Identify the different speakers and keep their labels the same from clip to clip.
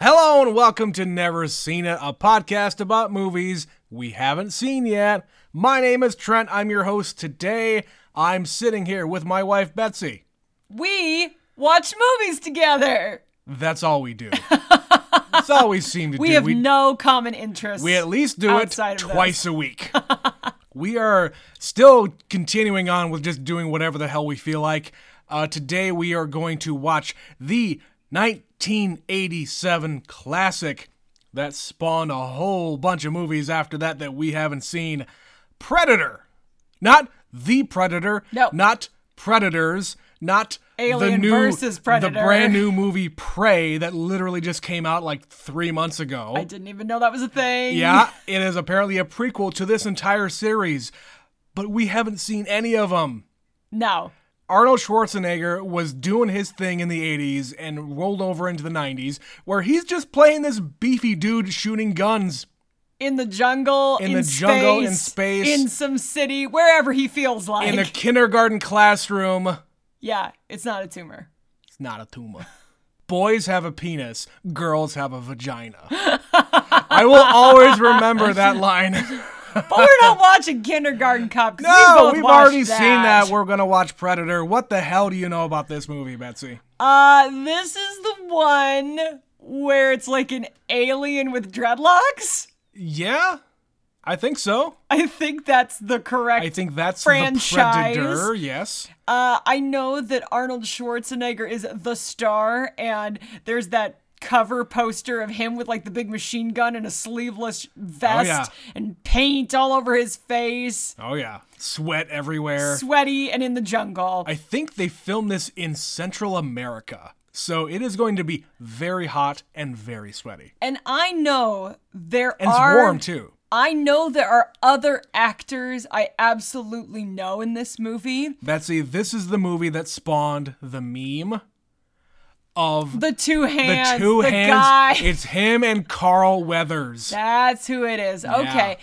Speaker 1: Hello and welcome to Never Seen It, a podcast about movies we haven't seen yet. My name is Trent. I'm your host today. I'm sitting here with my wife Betsy.
Speaker 2: We watch movies together.
Speaker 1: That's all we do. That's all we seem to
Speaker 2: We
Speaker 1: do.
Speaker 2: have no common interests.
Speaker 1: we at least do it
Speaker 2: outside of this.
Speaker 1: twice a week. we are still continuing on with just doing whatever the hell we feel like. Uh, today we are going to watch the 1987 classic that spawned a whole bunch of movies after that that we haven't seen Predator. Not The Predator.
Speaker 2: No.
Speaker 1: Not Predators. Not the
Speaker 2: Alien
Speaker 1: new,
Speaker 2: versus
Speaker 1: The
Speaker 2: Predator.
Speaker 1: brand new movie Prey that literally just came out like three months ago.
Speaker 2: I didn't even know that was a thing.
Speaker 1: Yeah, it is apparently a prequel to this entire series, but we haven't seen any of them.
Speaker 2: No.
Speaker 1: Arnold Schwarzenegger was doing his thing in the 80s and rolled over into the 90s, where he's just playing this beefy dude shooting guns.
Speaker 2: In the jungle, in,
Speaker 1: the
Speaker 2: space,
Speaker 1: jungle, in space.
Speaker 2: in some city, wherever he feels like.
Speaker 1: In a kindergarten classroom.
Speaker 2: yeah, it's not a tumor.
Speaker 1: It's not a tumor. Boys have a penis, girls have a vagina. I will always remember that line.
Speaker 2: But we're not watching Kindergarten Cop. 'cause we
Speaker 1: no,
Speaker 2: both
Speaker 1: Oh, we've
Speaker 2: watched
Speaker 1: already seen that. We're going to watch Predator. What the hell do you know about this movie, Betsy?
Speaker 2: Uh, this is the one where it's like an alien with dreadlocks.
Speaker 1: Yeah, I think so.
Speaker 2: I think that's the correct
Speaker 1: I think that's
Speaker 2: Franchise.
Speaker 1: the predator. Yes,
Speaker 2: Uh, I know that Arnold Schwarzenegger is the star, and there's that cover poster of him with like the big machine gun and a sleeveless vest
Speaker 1: Oh, yeah.
Speaker 2: and paint all over his face,
Speaker 1: oh yeah, sweat everywhere.
Speaker 2: sweaty and in the jungle.
Speaker 1: I think they filmed this in Central America, so it is going to be very hot and very sweaty,
Speaker 2: and I know there
Speaker 1: and it's
Speaker 2: are
Speaker 1: warm too.
Speaker 2: I know there are other actors I absolutely know in this movie.
Speaker 1: Betsy, this is the movie that spawned the meme of
Speaker 2: The two hands,
Speaker 1: the two hands.
Speaker 2: guy.
Speaker 1: It's him and Carl Weathers.
Speaker 2: That's who it is. Okay.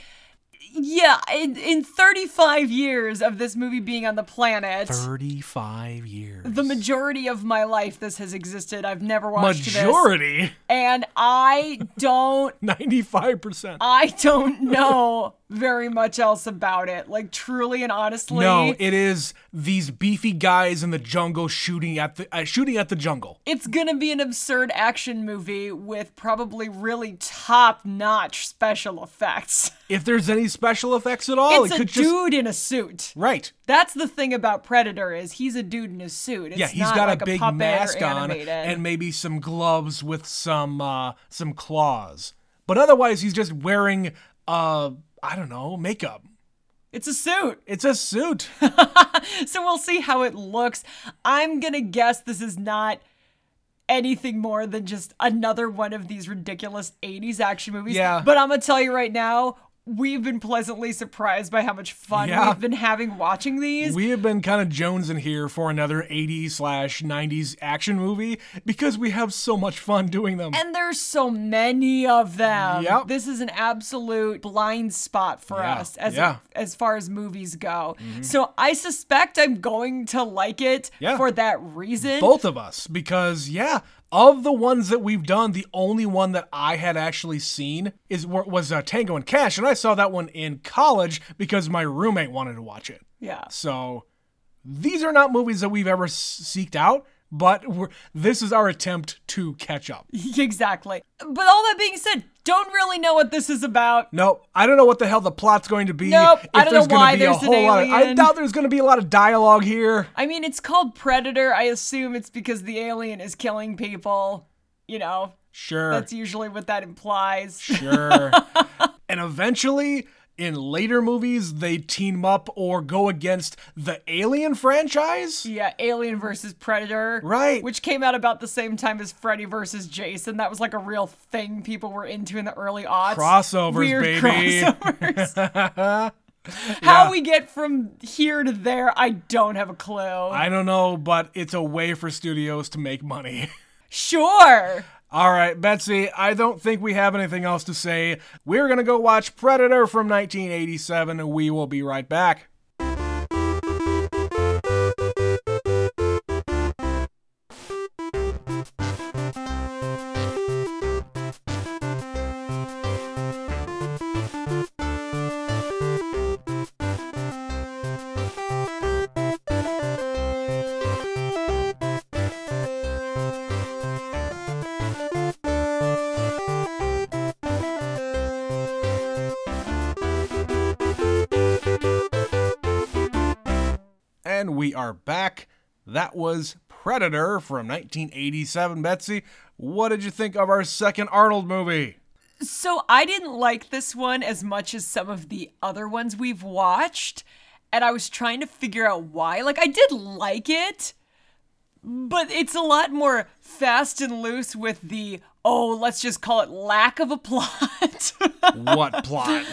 Speaker 2: Yeah, in, in 35 years of this movie being on the planet,
Speaker 1: Thirty-five years.
Speaker 2: the majority of my life this has existed. I've never watched this.
Speaker 1: majority,
Speaker 2: And I don't
Speaker 1: ninety-five percent.
Speaker 2: I don't know very much else about it. Like truly and honestly.
Speaker 1: No, it is these beefy guys in the jungle shooting at the uh, shooting at the jungle.
Speaker 2: it's gonna be an absurd action movie with probably really top-notch special effects.
Speaker 1: If there's any special effects at all,
Speaker 2: it's
Speaker 1: it
Speaker 2: a
Speaker 1: could
Speaker 2: dude
Speaker 1: just
Speaker 2: in a suit.
Speaker 1: right.
Speaker 2: That's the thing about Predator is he's a dude in a suit. It's
Speaker 1: Yeah, he's
Speaker 2: not
Speaker 1: got
Speaker 2: like
Speaker 1: a big
Speaker 2: puppet or
Speaker 1: mask on
Speaker 2: animated.
Speaker 1: and maybe some gloves with some uh, some claws, but otherwise he's just wearing uh I don't know makeup.
Speaker 2: it's a suit.
Speaker 1: It's a suit.
Speaker 2: So we'll see how it looks. I'm gonna guess this is not anything more than just another one of these ridiculous 80s action movies.
Speaker 1: Yeah.
Speaker 2: But I'm gonna tell you right now, we've been pleasantly surprised by how much fun
Speaker 1: Yeah.
Speaker 2: we've been having watching these.
Speaker 1: we have been kind of jonesing here for another 80s slash 90s action movie because we have so much fun doing them.
Speaker 2: and there's so many of them.
Speaker 1: Yep.
Speaker 2: This is an absolute blind spot for
Speaker 1: Yeah,
Speaker 2: us as
Speaker 1: yeah. Mm-hmm.
Speaker 2: as far as movies go. So I suspect I'm going to like it
Speaker 1: Yeah.
Speaker 2: for that reason.
Speaker 1: both of us because yeah of the ones that we've done the only one that i had actually seen is was uh, tango and cash and i saw that one in college because my roommate wanted to watch it
Speaker 2: yeah.
Speaker 1: so these are not movies that we've ever s- seeked out but we're, this is our attempt to catch up
Speaker 2: Exactly. But all that being said, don't really know what this is about.
Speaker 1: no i don't know what the hell the plot's going to be
Speaker 2: Nope,
Speaker 1: if
Speaker 2: I don't
Speaker 1: there's
Speaker 2: know
Speaker 1: gonna
Speaker 2: why
Speaker 1: be a
Speaker 2: there's an
Speaker 1: whole lot of, i
Speaker 2: alien.
Speaker 1: doubt there's going to be a lot of dialogue here
Speaker 2: I mean, it's called Predator. I assume it's because the alien is killing people. You know,
Speaker 1: sure
Speaker 2: that's usually what that implies.
Speaker 1: Sure. and eventually, in later movies, they team up or go against the Alien franchise.
Speaker 2: Yeah, Alien versus Predator.
Speaker 1: Right.
Speaker 2: Which came out about the same time as Freddy versus Jason. That was like a real thing people were into in the early aughts.
Speaker 1: Crossovers,
Speaker 2: Weird
Speaker 1: baby.
Speaker 2: crossovers. How we get from here to there, I don't have a clue.
Speaker 1: I don't know, but it's a way for studios to make money.
Speaker 2: sure.
Speaker 1: All right, Betsy, I don't think we have anything else to say. We're going to go watch Predator from 1987, and we will be right back. we are back. That was Predator from 1987. Betsy, what did you think of our second Arnold movie?
Speaker 2: So I didn't like this one as much as some of the other ones we've watched. And I was trying to figure out why. Like, I did like it, but it's a lot more fast and loose with the, oh, let's just call it lack of a plot.
Speaker 1: What plot?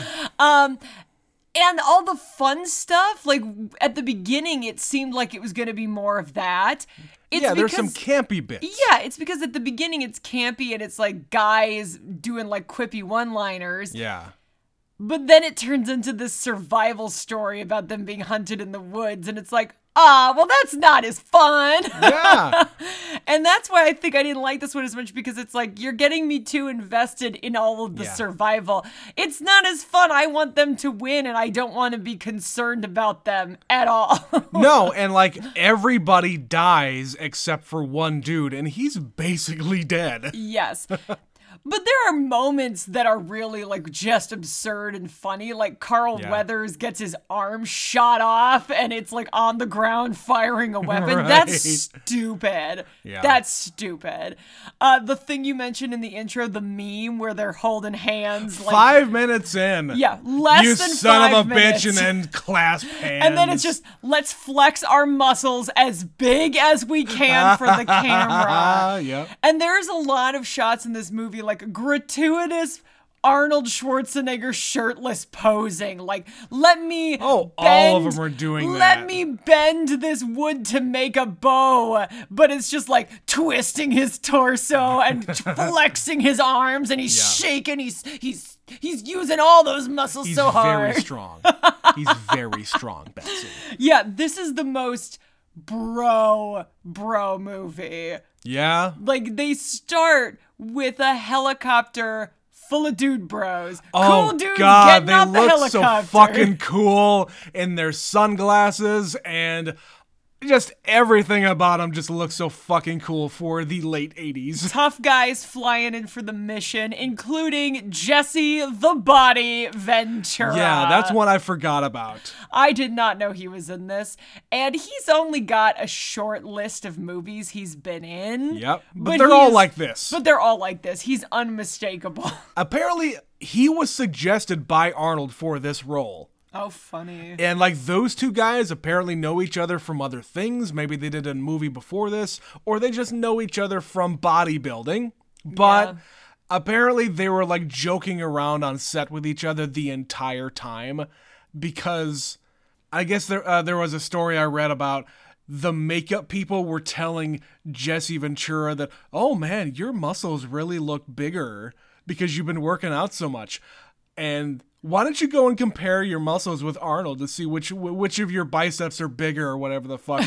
Speaker 2: and all the fun stuff, like at the beginning, it seemed like it was going to be more of that. It's
Speaker 1: yeah, there's some
Speaker 2: because-
Speaker 1: campy bits.
Speaker 2: yeah, it's because at the beginning it's campy and it's like guys doing like quippy one liners.
Speaker 1: Yeah.
Speaker 2: But then it turns into this survival story about them being hunted in the woods. And it's like, ah, well, that's not as fun.
Speaker 1: Yeah.
Speaker 2: and that's why I think I didn't like this one as much because it's like, you're getting me too invested in all of the
Speaker 1: Yeah.
Speaker 2: survival. It's not as fun. I want them to win and I don't want to be concerned about them at all.
Speaker 1: no, and like everybody dies except for one dude, and he's basically dead.
Speaker 2: Yes. But there are moments that are really like just absurd and funny. Like Carl
Speaker 1: Yeah.
Speaker 2: Weathers gets his arm shot off and it's like on the ground firing a weapon. That's
Speaker 1: Right.
Speaker 2: stupid.
Speaker 1: Yeah.
Speaker 2: That's stupid. Uh, the thing you mentioned in the intro, the meme where they're holding hands. Like,
Speaker 1: Five minutes in.
Speaker 2: Yeah, less
Speaker 1: you
Speaker 2: than
Speaker 1: son
Speaker 2: five
Speaker 1: of a
Speaker 2: minutes.
Speaker 1: bitch, and then clasp hands.
Speaker 2: And then it's just let's flex our muscles as big as we can for the
Speaker 1: Ah,
Speaker 2: camera.
Speaker 1: yep.
Speaker 2: And there's a lot of shots in this movie, like gratuitous Arnold Schwarzenegger shirtless posing. Like, let me.
Speaker 1: Oh,
Speaker 2: bend,
Speaker 1: all of them are doing
Speaker 2: Let
Speaker 1: that.
Speaker 2: me bend this wood to make a bow. But it's just like twisting his torso and flexing his arms, and he's
Speaker 1: Yeah.
Speaker 2: shaking. He's he's he's using all those muscles
Speaker 1: He's
Speaker 2: so hard.
Speaker 1: very strong. He's very strong, Betsy.
Speaker 2: yeah, this is the most bro bro movie.
Speaker 1: Yeah.
Speaker 2: Like they start with a helicopter full of dude bros.
Speaker 1: Oh
Speaker 2: cool dudes
Speaker 1: God,
Speaker 2: getting
Speaker 1: they
Speaker 2: off the
Speaker 1: look so
Speaker 2: helicopter.
Speaker 1: fucking cool in their sunglasses and just everything about them just looks so fucking cool for the late '80s.
Speaker 2: Tough guys flying in for the mission, including Jesse the Body Ventura.
Speaker 1: Yeah, that's one I forgot about.
Speaker 2: I did not know he was in this, and he's only got a short list of movies he's been in.
Speaker 1: Yep, but, they're all
Speaker 2: he's-
Speaker 1: like this.
Speaker 2: But they're all like this. He's unmistakable.
Speaker 1: Apparently, he was suggested by Arnold for this role.
Speaker 2: oh, funny.
Speaker 1: And like those two guys apparently know each other from other things. Maybe they did a movie before this, or they just know each other from bodybuilding. But
Speaker 2: Yeah.
Speaker 1: apparently they were like joking around on set with each other the entire time because I guess there uh, there was a story I read about the makeup people were telling Jesse Ventura that, "Oh man, your muscles really look bigger because you've been working out so much." And why don't you go and compare your muscles with Arnold to see which wh- which of your biceps are bigger or whatever the fuck?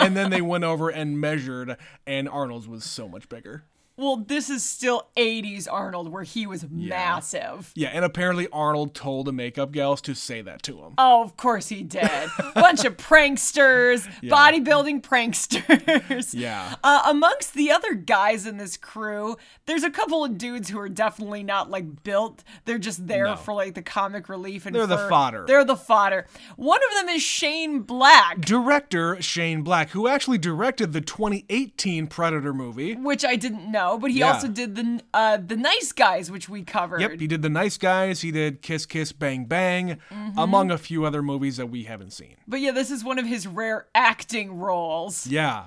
Speaker 1: and then they went over and measured, and Arnold's was so much bigger.
Speaker 2: Well, this is still 80s Arnold where he was massive.
Speaker 1: Yeah, and apparently Arnold told the makeup gals to say that to him.
Speaker 2: Oh, of course he did. Bunch of pranksters, bodybuilding pranksters.
Speaker 1: Yeah.
Speaker 2: Uh, amongst the other guys in this crew, there's a couple of dudes who are definitely not like built. They're just there
Speaker 1: No.
Speaker 2: for like the comic relief and
Speaker 1: They're the
Speaker 2: for-
Speaker 1: fodder.
Speaker 2: They're the fodder. One of them is Shane Black,
Speaker 1: Director Shane Black, who actually directed the 2018 Predator movie.
Speaker 2: which I didn't know, but he
Speaker 1: Yeah.
Speaker 2: also did the uh, the Nice Guys, which we covered.
Speaker 1: Yep, he did The Nice Guys, he did Kiss Kiss Bang Bang,
Speaker 2: Mm-hmm.
Speaker 1: among a few other movies that we haven't seen.
Speaker 2: But yeah, this is one of his rare acting roles.
Speaker 1: Yeah.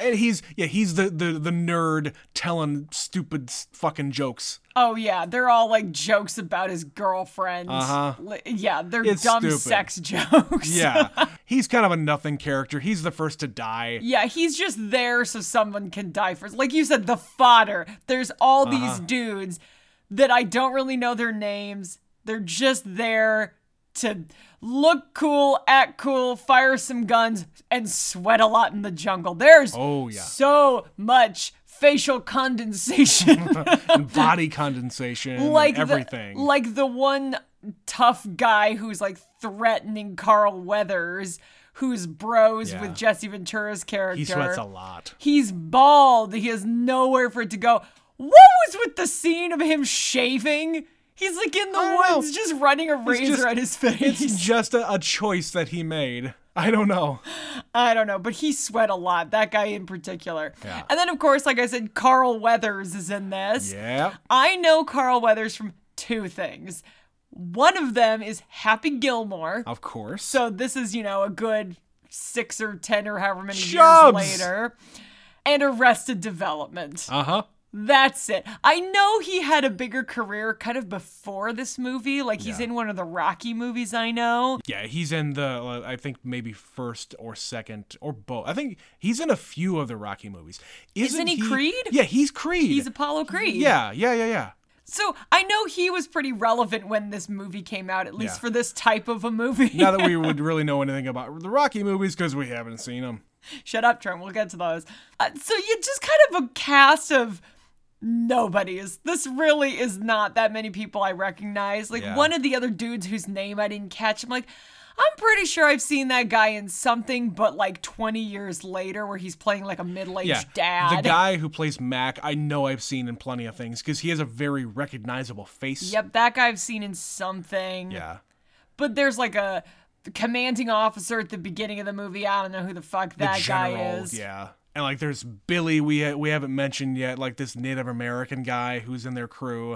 Speaker 1: And he's yeah, he's the the, the nerd telling stupid s- fucking jokes.
Speaker 2: Oh yeah, they're all like jokes about his girlfriend.
Speaker 1: Uh-huh.
Speaker 2: Li- Yeah, they're
Speaker 1: It's
Speaker 2: dumb
Speaker 1: stupid.
Speaker 2: sex jokes.
Speaker 1: Yeah. he's kind of a nothing character. He's the first to die.
Speaker 2: Yeah, he's just there so someone can die first. Like you said, the fodder. There's all
Speaker 1: Uh-huh.
Speaker 2: these dudes that I don't really know their names. They're just there to look cool, act cool, fire some guns, and sweat a lot in the jungle. There's
Speaker 1: Oh, yeah.
Speaker 2: so much facial condensation.
Speaker 1: And body condensation
Speaker 2: like
Speaker 1: and everything.
Speaker 2: The, like the one tough guy who's like threatening Carl Weathers, who's bros
Speaker 1: Yeah.
Speaker 2: with Jesse Ventura's character.
Speaker 1: he sweats a lot.
Speaker 2: He's bald. He has nowhere for it to go. What was with the scene of him shaving? He's like in the
Speaker 1: don't know.
Speaker 2: woods, just running a razor
Speaker 1: just-
Speaker 2: at his face.
Speaker 1: It's just a, a choice that he made. I don't know.
Speaker 2: I don't know, but he sweat a lot, that guy in particular.
Speaker 1: Yeah.
Speaker 2: And then, of course, like I said, Carl Weathers is in this.
Speaker 1: Yeah.
Speaker 2: I know Carl Weathers from two things. One of them is Happy Gilmore.
Speaker 1: Of course.
Speaker 2: So this is, you know, a good six or ten or however many
Speaker 1: Shubs.
Speaker 2: years later. And Arrested Development.
Speaker 1: Uh huh.
Speaker 2: That's it. I know he had a bigger career kind of before this movie. Like he's
Speaker 1: Yeah.
Speaker 2: in one of the Rocky movies I know.
Speaker 1: Yeah, he's in the uh, I think maybe first or second or both. I think he's in a few of the Rocky movies. Isn't,
Speaker 2: he Creed?
Speaker 1: Yeah, he's Creed.
Speaker 2: He's Apollo Creed.
Speaker 1: yeah, yeah, yeah, yeah.
Speaker 2: So I know he was pretty relevant when this movie came out, at least
Speaker 1: Yeah.
Speaker 2: for this type of a movie.
Speaker 1: Now that we would really know anything about the Rocky movies because we haven't seen them.
Speaker 2: Shut up, Trent. We'll get to those. Uh, so you just kind of a cast of nobodies. This really is not that many people I recognize. Like
Speaker 1: Yeah.
Speaker 2: one of the other dudes whose name I didn't catch. I'm like, I'm pretty sure I've seen that guy in something, but like 20 years later, where he's playing like a middle-aged
Speaker 1: Yeah,
Speaker 2: dad.
Speaker 1: the guy who plays Mac, I know I've seen in plenty of things because he has a very recognizable face.
Speaker 2: yep, that guy I've seen in something.
Speaker 1: Yeah.
Speaker 2: But there's like a commanding officer at the beginning of the movie. I don't know who the fuck that guy
Speaker 1: general,
Speaker 2: is.
Speaker 1: Yeah. And like, there's Billy we uh, we haven't mentioned yet, like this Native American guy who's in their crew.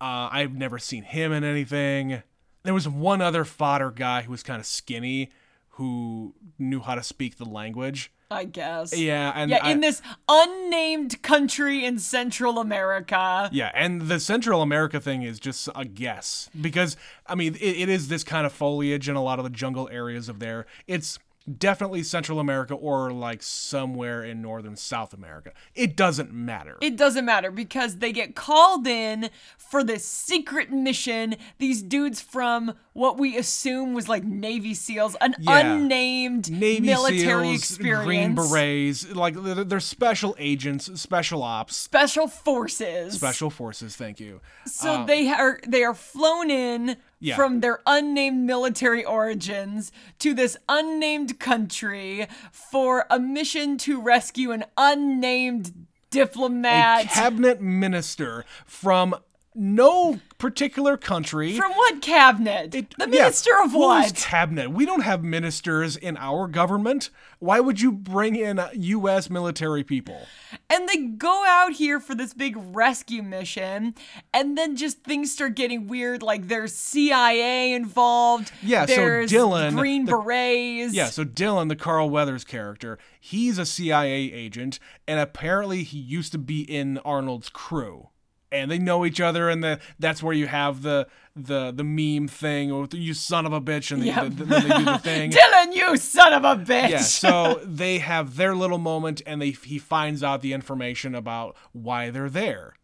Speaker 1: Uh, I've never seen him in anything. There was one other fodder guy who was kind of skinny, who knew how to speak the language.
Speaker 2: I guess.
Speaker 1: Yeah, and
Speaker 2: Yeah,
Speaker 1: I-
Speaker 2: in this unnamed country in Central America.
Speaker 1: yeah, and the Central America thing is just a guess because I mean it, it is this kind of foliage in a lot of the jungle areas of there. It's definitely Central America or like somewhere in northern South America. It doesn't matter.
Speaker 2: It doesn't matter because they get called in for this secret mission. These dudes from what we assume was like Navy SEALs, an
Speaker 1: Yeah.
Speaker 2: unnamed
Speaker 1: Navy
Speaker 2: military
Speaker 1: SEALs,
Speaker 2: experience,
Speaker 1: Green Berets, like they're, they're special agents, special ops,
Speaker 2: special forces.
Speaker 1: special forces. Thank you.
Speaker 2: So they are they are flown in
Speaker 1: Um, Yeah.
Speaker 2: from their unnamed military origins to this unnamed country for a mission to rescue an unnamed diplomat
Speaker 1: Cabinet minister from no particular country.
Speaker 2: from what cabinet? the
Speaker 1: Yeah,
Speaker 2: minister of
Speaker 1: whose
Speaker 2: what?
Speaker 1: cabinet? We don't have ministers in our government. Why would you bring in uh, U.S. military people?
Speaker 2: and they go out here for this big rescue mission and then just things start getting weird like there's CIA involved.
Speaker 1: Yeah, so
Speaker 2: there's
Speaker 1: Dylan,
Speaker 2: Green
Speaker 1: the-
Speaker 2: Berets.
Speaker 1: Yeah, so Dylan, the Carl Weathers character, he's a CIA agent, and apparently he used to be in Arnold's crew. And they know each other, and the, that's where you have the the the meme thing, or the, you son of a bitch, and the,
Speaker 2: Yep.
Speaker 1: the, then they do the thing.
Speaker 2: Dylan, you son of a bitch.
Speaker 1: Yeah, so they have their little moment, and they he finds out the information about why they're there,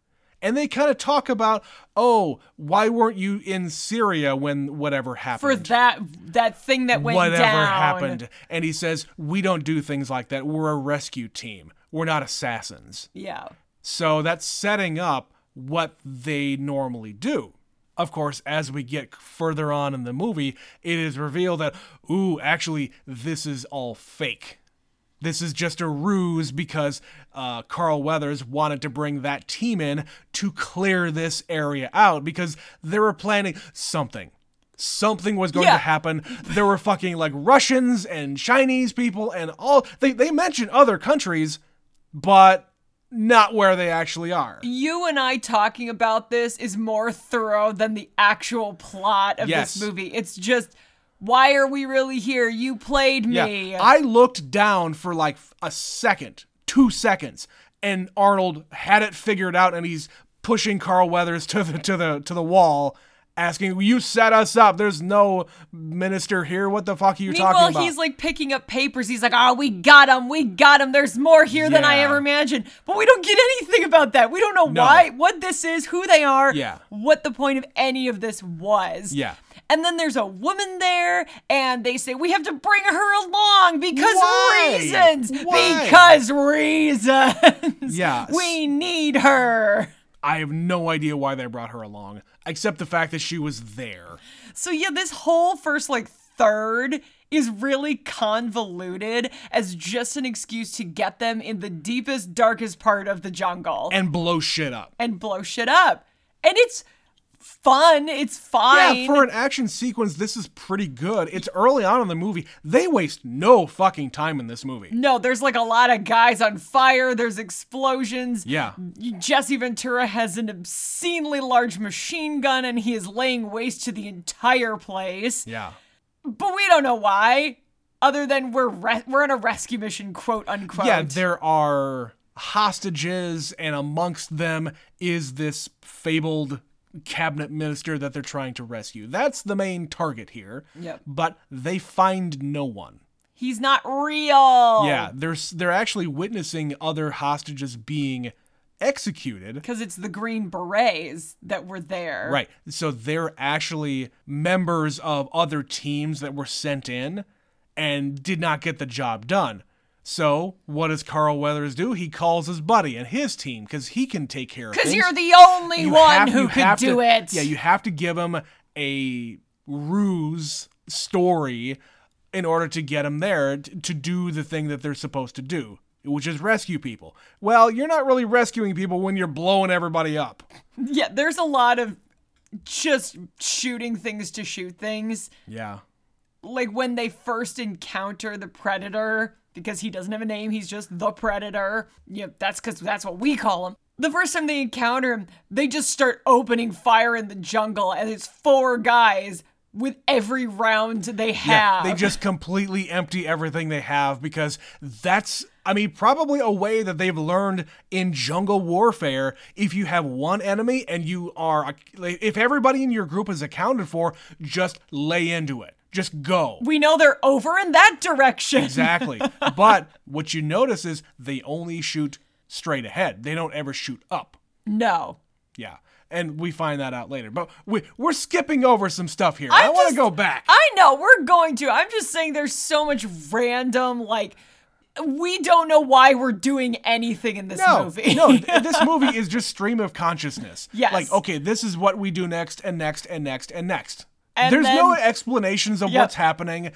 Speaker 1: and they kind of talk about, oh, why weren't you in Syria when whatever happened?
Speaker 2: for that that thing that went
Speaker 1: whatever
Speaker 2: down.
Speaker 1: happened. And he says, We don't do things like that. We're a rescue team. We're not assassins.
Speaker 2: Yeah.
Speaker 1: So that's setting up what they normally do. Of course, as we get further on in the movie, it is revealed that, ooh, actually, this is all fake. This is just a ruse because uh, Carl Weathers wanted to bring that team in to clear this area out because they were planning something. Something was going
Speaker 2: Yeah.
Speaker 1: to happen. There were fucking like Russians and Chinese people and all. They, they mentioned other countries, but not where they actually are.
Speaker 2: You and I talking about this is more thorough than the actual plot of
Speaker 1: Yes.
Speaker 2: this movie. It's just why are we really here? You played
Speaker 1: Yeah.
Speaker 2: me.
Speaker 1: I looked down for like a second, two seconds, and Arnold had it figured out, and he's pushing Carl Weathers to the to the to the wall, asking, "You set us up. There's no minister here. What the fuck are you
Speaker 2: Meanwhile,
Speaker 1: talking about?"
Speaker 2: he's like picking up papers. He's like, "Oh, we got him. We got him. There's more here than I
Speaker 1: Yeah.
Speaker 2: ever imagined." But we don't get anything about that. We don't know why, what this is, who they are,
Speaker 1: Yeah.
Speaker 2: what the point of any of this was.
Speaker 1: Yeah.
Speaker 2: And then there's a woman there, and they say we have to bring her along because
Speaker 1: Why?
Speaker 2: reasons.
Speaker 1: Why?
Speaker 2: Because reasons.
Speaker 1: Yes.
Speaker 2: We need her.
Speaker 1: I have no idea why they brought her along, except the fact that she was there.
Speaker 2: So yeah, this whole first like third is really convoluted as just an excuse to get them in the deepest, darkest part of the jungle and,
Speaker 1: And blow shit up.
Speaker 2: blow shit up. And it's fun. It's fine.
Speaker 1: Yeah, for an action sequence, this is pretty good. It's early on in the movie. They waste no fucking time in this movie.
Speaker 2: No, there's like a lot of guys on fire. There's explosions.
Speaker 1: Yeah.
Speaker 2: Jesse Ventura has an obscenely large machine gun and he is laying waste to the entire place.
Speaker 1: Yeah.
Speaker 2: But we don't know why, other than we're re- we're on a rescue mission, quote unquote.
Speaker 1: Yeah, there are hostages, and amongst them is this fabled cabinet minister that they're trying to rescue. That's the main target here.
Speaker 2: Yep.
Speaker 1: But they find no one.
Speaker 2: he's not real.
Speaker 1: Yeah, they're s- they're actually witnessing other hostages being executed.
Speaker 2: because it's the Green Berets that were there.
Speaker 1: Right. So they're actually members of other teams that were sent in and did not get the job done. So what does Carl Weathers do? He calls his buddy and his team because he can take care of
Speaker 2: Because
Speaker 1: things.
Speaker 2: you're the only
Speaker 1: You
Speaker 2: one
Speaker 1: have- you
Speaker 2: who could
Speaker 1: have
Speaker 2: do
Speaker 1: to-
Speaker 2: it.
Speaker 1: Yeah, you have to give him a ruse story in order to get him there t- to do the thing that they're supposed to do, which is rescue people. Well, you're not really rescuing people when you're blowing everybody up.
Speaker 2: yeah, there's a lot of just shooting things to shoot things.
Speaker 1: Yeah.
Speaker 2: like when they first encounter the predator because he doesn't have a name he's just the predator yeah that's because that's what we call him the first time they encounter him they just start opening fire in the jungle and it's four guys with every round they
Speaker 1: Yeah,
Speaker 2: have
Speaker 1: they just completely empty everything they have because that's, I mean, probably a way that they've learned in jungle warfare. If you have one enemy and you are, if everybody in your group is accounted for, just lay into it. Just go.
Speaker 2: we know they're over in that direction
Speaker 1: Exactly. but what you notice is they only shoot straight ahead, they don't ever shoot up.
Speaker 2: no
Speaker 1: Yeah. And we find that out later. But we, we're skipping over some stuff here. i
Speaker 2: I'm
Speaker 1: want to
Speaker 2: just-
Speaker 1: go back.
Speaker 2: I know, we're going to. I'm just saying there's so much random, like, we don't know why we're doing anything in this
Speaker 1: No,
Speaker 2: movie.
Speaker 1: no, th- this movie is just stream of consciousness.
Speaker 2: Yes.
Speaker 1: Like, okay, this is what we do next and next and next and next.
Speaker 2: And
Speaker 1: There's no
Speaker 2: then-
Speaker 1: explanations of
Speaker 2: Yep.
Speaker 1: what's happening.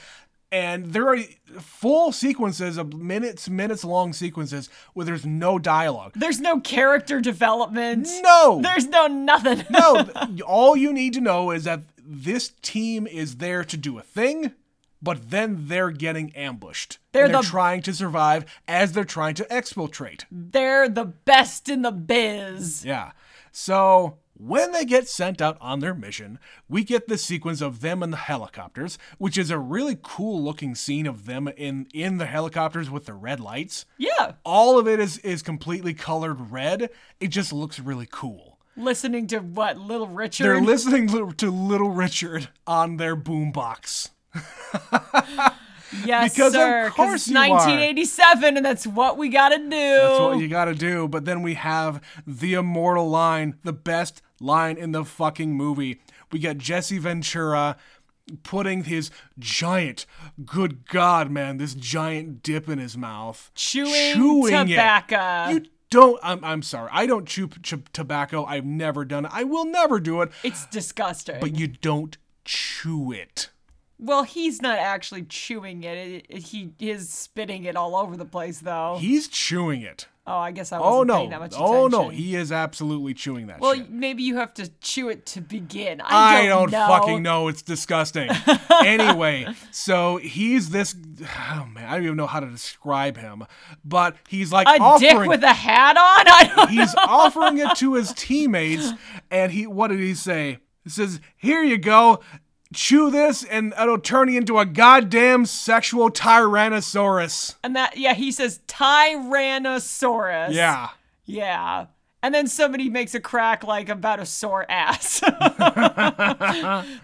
Speaker 1: And there are full sequences of minutes, minutes long sequences where there's no dialogue.
Speaker 2: There's no character development.
Speaker 1: No.
Speaker 2: There's no nothing.
Speaker 1: no, th- all you need to know is that this team is there to do a thing, but then they're getting ambushed.
Speaker 2: They're
Speaker 1: and they're
Speaker 2: the-
Speaker 1: trying to survive as they're trying to exfiltrate.
Speaker 2: They're the best in the biz.
Speaker 1: Yeah. So when they get sent out on their mission, we get the sequence of them in the helicopters, which is a really cool looking scene of them in in the helicopters with the red lights.
Speaker 2: Yeah.
Speaker 1: All of it is is completely colored red. It just looks really cool.
Speaker 2: Listening to what, Little Richard?
Speaker 1: They're listening li- to Little Richard on their boombox.
Speaker 2: yes,
Speaker 1: because of
Speaker 2: sir. 'cause
Speaker 1: course
Speaker 2: it's
Speaker 1: you are.
Speaker 2: 1987, and that's what we gotta do.
Speaker 1: That's
Speaker 2: Oh.
Speaker 1: what you gotta do. But then we have the immortal line, the best line in the fucking movie. We got Jesse Ventura putting his giant, good God, man, this giant dip in his mouth.
Speaker 2: Chewing,
Speaker 1: Chewing it.
Speaker 2: tobacco.
Speaker 1: You don't, I'm, I'm sorry, I don't chew ch- tobacco. I've never done it. I will never do it.
Speaker 2: it's disgusting.
Speaker 1: But you don't chew it.
Speaker 2: Well, he's not actually chewing it. It- it- He is spitting it all over the place, though.
Speaker 1: He's chewing it.
Speaker 2: oh, I guess I wasn't
Speaker 1: Oh
Speaker 2: paying that
Speaker 1: no.
Speaker 2: much attention.
Speaker 1: Oh no. He is absolutely chewing that
Speaker 2: well,
Speaker 1: shit.
Speaker 2: maybe you have to chew it to begin.
Speaker 1: I
Speaker 2: I
Speaker 1: don't
Speaker 2: don't,
Speaker 1: fucking know. It's disgusting. anyway, so he's this. Oh man, I don't even know how to describe him. But he's like
Speaker 2: A
Speaker 1: offering.
Speaker 2: dick with a hat on. I don't.
Speaker 1: he's offering it to his teammates, and he. What did he say? He says, "Here you go." Chew this and it'll turn you into a goddamn sexual tyrannosaurus.
Speaker 2: And that, yeah, he says Tyrannosaurus.
Speaker 1: Yeah.
Speaker 2: Yeah. And then somebody makes a crack like about a sore ass.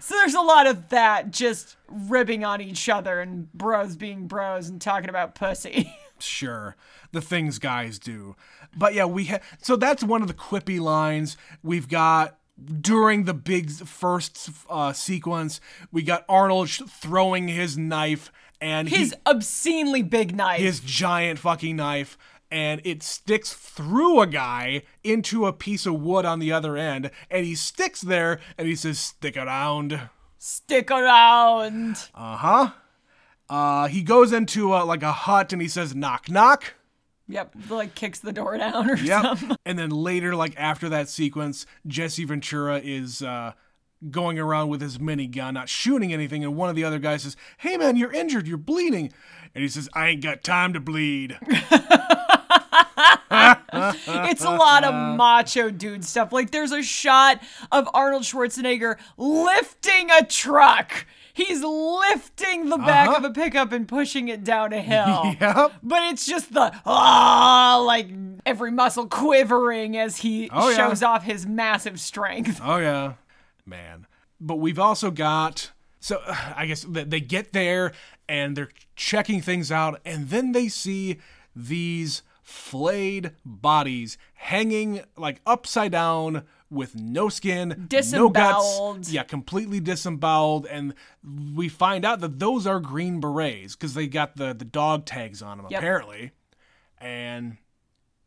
Speaker 2: so there's a lot of that just ribbing on each other and bros being bros and talking about pussy.
Speaker 1: sure the things guys do but yeah we ha- so that's one of the quippy lines we've got during the big s- first uh, sequence we got arnold sh- throwing his knife and he-
Speaker 2: His obscenely big knife.
Speaker 1: his giant fucking knife and it sticks through a guy into a piece of wood on the other end and he sticks there and he says stick around
Speaker 2: Stick around.
Speaker 1: uh-huh uh he goes into uh like a hut and he says knock knock
Speaker 2: Yep, like kicks the door down or
Speaker 1: Yeah.
Speaker 2: something.
Speaker 1: and then later, like after that sequence, Jesse Ventura is uh, going around with his minigun, not shooting anything. And one of the other guys says, Hey, man, you're injured. You're bleeding. And he says, I ain't got time to bleed.
Speaker 2: It's a lot of
Speaker 1: Uh-huh.
Speaker 2: macho dude stuff. Like there's a shot of Arnold Schwarzenegger lifting a truck. He's lifting the back
Speaker 1: Uh-huh.
Speaker 2: of a pickup and pushing it down a hill.
Speaker 1: Yep.
Speaker 2: But it's just the ah, like every muscle quivering as he
Speaker 1: Oh, yeah.
Speaker 2: shows off his massive strength.
Speaker 1: Oh yeah, man. But we've also got so I guess th- they get there and they're checking things out, and then they see these flayed bodies hanging like upside down with no skin, no
Speaker 2: Disemboweled.
Speaker 1: guts, yeah, completely disemboweled, and we find out that those are green berets because they got the the dog tags on them
Speaker 2: Yep.
Speaker 1: apparently, and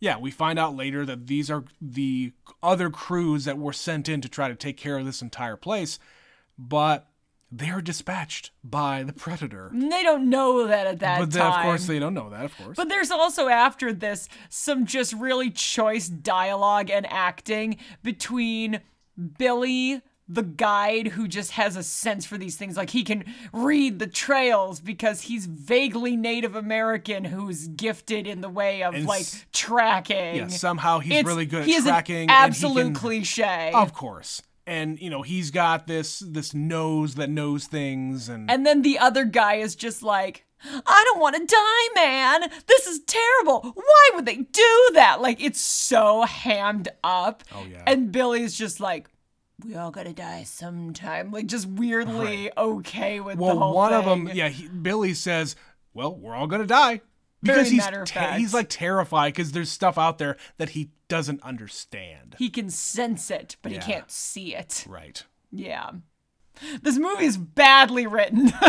Speaker 1: yeah, we find out later that these are the other crews that were sent in to try to take care of this entire place, but they are dispatched by the Predator.
Speaker 2: And they don't know that at that
Speaker 1: But then,
Speaker 2: time.
Speaker 1: of course, they don't know that, of course.
Speaker 2: But there's also after this some just really choice dialogue and acting between Billy the guide who just has a sense for these things like he can read the trails because he's vaguely Native American who's gifted in the way of
Speaker 1: And
Speaker 2: like
Speaker 1: s-
Speaker 2: tracking.
Speaker 1: yeah, somehow he's
Speaker 2: It's-
Speaker 1: really good
Speaker 2: he
Speaker 1: at
Speaker 2: is an
Speaker 1: tracking. and he
Speaker 2: absolute
Speaker 1: can-
Speaker 2: cliche.
Speaker 1: Of course. And, you know, he's got this this nose that knows things and,
Speaker 2: And then the other guy is just like, I don't want to die, man. This is terrible. Why would they do that? Like, it's so hammed up.
Speaker 1: Oh, yeah.
Speaker 2: And Billy's just like, we all gotta die sometime. Like, just weirdly okay with the
Speaker 1: well,
Speaker 2: whole
Speaker 1: one of
Speaker 2: thing.
Speaker 1: them, yeah, he, Billy says, "Well, we're all gonna die."
Speaker 2: Very
Speaker 1: Because he's
Speaker 2: matter of
Speaker 1: te-
Speaker 2: fact.
Speaker 1: he's like terrified because there's stuff out there that he doesn't understand.
Speaker 2: He can sense it, but
Speaker 1: Yeah.
Speaker 2: he can't see it.
Speaker 1: right.
Speaker 2: Yeah. This movie is badly written.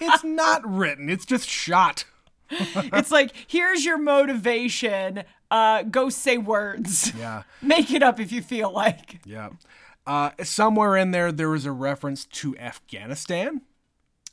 Speaker 1: it's not written. It's just shot.
Speaker 2: it's like, here's your motivation. Uh, go say words.
Speaker 1: Yeah.
Speaker 2: Make it up if you feel like.
Speaker 1: Yeah. Uh, somewhere in there, there was a reference to Afghanistan.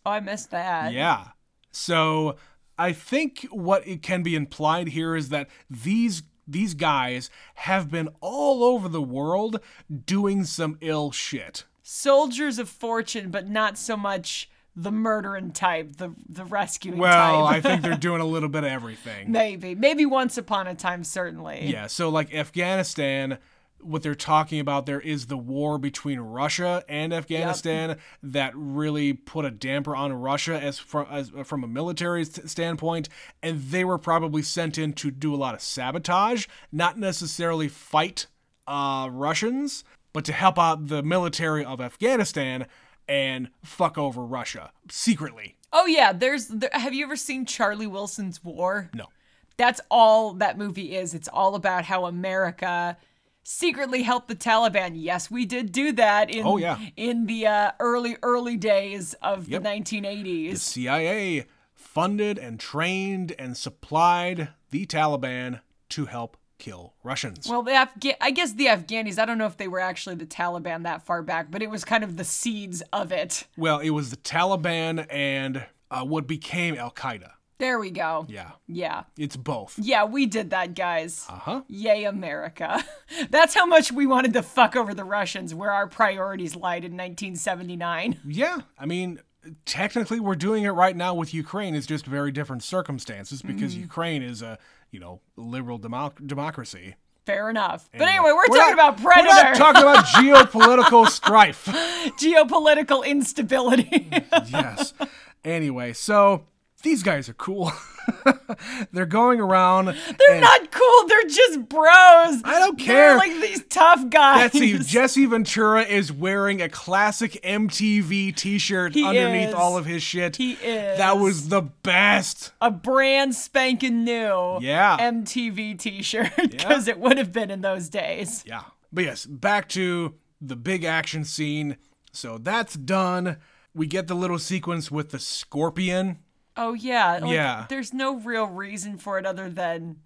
Speaker 2: Oh, I missed that.
Speaker 1: Yeah. So I think what it can be implied here is that these these guys have been all over the world doing some ill shit.
Speaker 2: soldiers of fortune, but not so much the murdering type, the the rescuing
Speaker 1: Well,
Speaker 2: type.
Speaker 1: I think they're doing a little bit of everything.
Speaker 2: maybe, maybe once upon a time, certainly.
Speaker 1: Yeah, so like Afghanistan, what they're talking about there is the war between Russia and Afghanistan that really put a damper on Russia as from as, uh, from a military st- standpoint, and they were probably sent in to do a lot of sabotage, not necessarily fight uh, Russians, but to help out the military of Afghanistan and fuck over Russia secretly.
Speaker 2: Oh yeah, there's. There, have you ever seen Charlie Wilson's War?
Speaker 1: No.
Speaker 2: That's all that movie is. It's all about how America secretly helped the Taliban. Yes, we did do that in
Speaker 1: Oh, yeah.
Speaker 2: in the uh, early early days of
Speaker 1: Yep.
Speaker 2: the 1980s.
Speaker 1: The CIA funded and trained and supplied the Taliban to help kill Russians.
Speaker 2: Well, the Afga- I guess the Afghanis, I don't know if they were actually the Taliban that far back, but it was kind of the seeds of it.
Speaker 1: Well, it was the Taliban and uh, what became Al Qaeda.
Speaker 2: There we go.
Speaker 1: Yeah,
Speaker 2: Yeah.
Speaker 1: it's both.
Speaker 2: Yeah, we did that, guys.
Speaker 1: Uh huh.
Speaker 2: Yay, America. That's how much we wanted to fuck over the Russians, where our priorities lied in 1979.
Speaker 1: Yeah, I mean, technically, we're doing it right now with Ukraine. It's just very different circumstances because
Speaker 2: Mm.
Speaker 1: Ukraine is a you know liberal democ- democracy.
Speaker 2: Fair enough. But anyway, we're, talking
Speaker 1: not-
Speaker 2: about predator,
Speaker 1: We're not talking about geopolitical strife.
Speaker 2: geopolitical instability.
Speaker 1: Mm-hmm. yes. Anyway, so these guys are cool. They're going around.
Speaker 2: they're not cool. They're just bros.
Speaker 1: I don't care.
Speaker 2: They're like these tough guys.
Speaker 1: Betsy, Jesse Ventura is wearing a classic MTV T-shirt
Speaker 2: He
Speaker 1: underneath
Speaker 2: is.
Speaker 1: all of his shit.
Speaker 2: He is.
Speaker 1: That was the best.
Speaker 2: a brand spanking new
Speaker 1: Yeah.
Speaker 2: MTV t-shirt because it would have been in those days.
Speaker 1: Yeah. But yes, back to the big action scene. So that's done. We get the little sequence with the scorpion.
Speaker 2: Oh yeah, like,
Speaker 1: Yeah.
Speaker 2: There's no real reason for it other than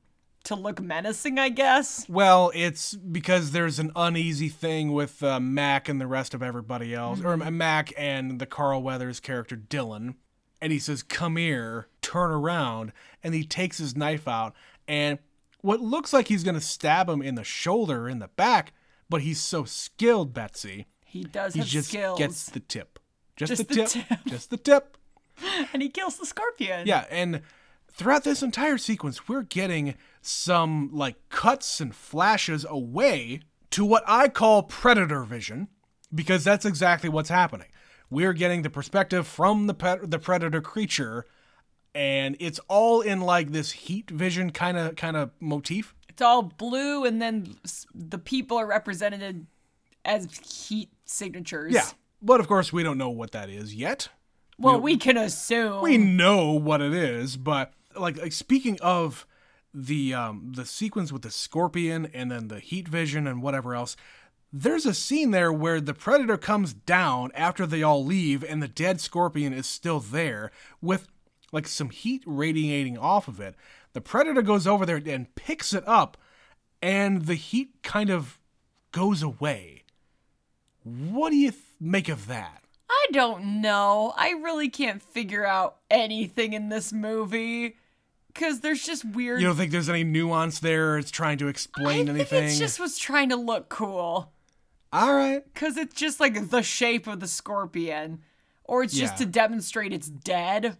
Speaker 2: to look menacing, I guess.
Speaker 1: Well, it's because there's an uneasy thing with uh, Mac and the rest of everybody else, or Mac and the Carl Weathers character Dylan. And he says, Come here, turn around. And he takes his knife out and what looks like he's going to stab him in the shoulder or in the back, but he's so skilled, Betsy.
Speaker 2: He does
Speaker 1: He
Speaker 2: have
Speaker 1: just
Speaker 2: skills.
Speaker 1: gets the tip. Just,
Speaker 2: Just
Speaker 1: the,
Speaker 2: the
Speaker 1: tip.
Speaker 2: tip.
Speaker 1: Just the tip.
Speaker 2: and he kills the scorpion.
Speaker 1: Yeah, and throughout this entire sequence, we're getting some like cuts and flashes away to what I call predator vision, because that's exactly what's happening. We're getting the perspective from the pet- the predator creature, and it's all in like this heat vision kind of kind of motif.
Speaker 2: It's all blue, and then s- the people are represented as heat signatures.
Speaker 1: Yeah, but of course we don't know what that is yet.
Speaker 2: Well, we can assume.
Speaker 1: we know what it is, but like, like speaking of the um the sequence with the scorpion and then the heat vision and whatever else, there's a scene there where the predator comes down after they all leave and the dead scorpion is still there with like some heat radiating off of it. The predator goes over there and picks it up and the heat kind of goes away. What do you th- make of that?
Speaker 2: I don't know. I really can't figure out anything in this movie because there's just weird.
Speaker 1: You don't think there's any nuance there? It's trying to
Speaker 2: I
Speaker 1: explain
Speaker 2: think
Speaker 1: anything.
Speaker 2: it's just was trying to look cool
Speaker 1: all right.
Speaker 2: because it's just like the shape of the scorpion, or it's
Speaker 1: Yeah.
Speaker 2: just to demonstrate it's dead.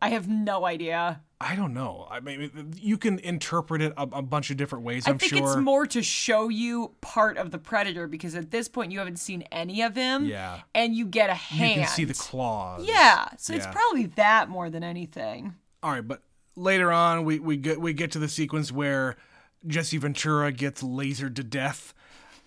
Speaker 2: I have no idea.
Speaker 1: I don't know. I mean, you can interpret it a, a bunch of different ways.
Speaker 2: i
Speaker 1: I'm
Speaker 2: think
Speaker 1: sure.
Speaker 2: it's more to show you part of the predator because at this point you haven't seen any of him.
Speaker 1: Yeah.
Speaker 2: and you get a
Speaker 1: you
Speaker 2: hand.
Speaker 1: can see the claws.
Speaker 2: yeah, so it's
Speaker 1: Yeah.
Speaker 2: probably that more than anything.
Speaker 1: All right, but later on, we we get we get to the sequence where Jesse Ventura gets lasered to death.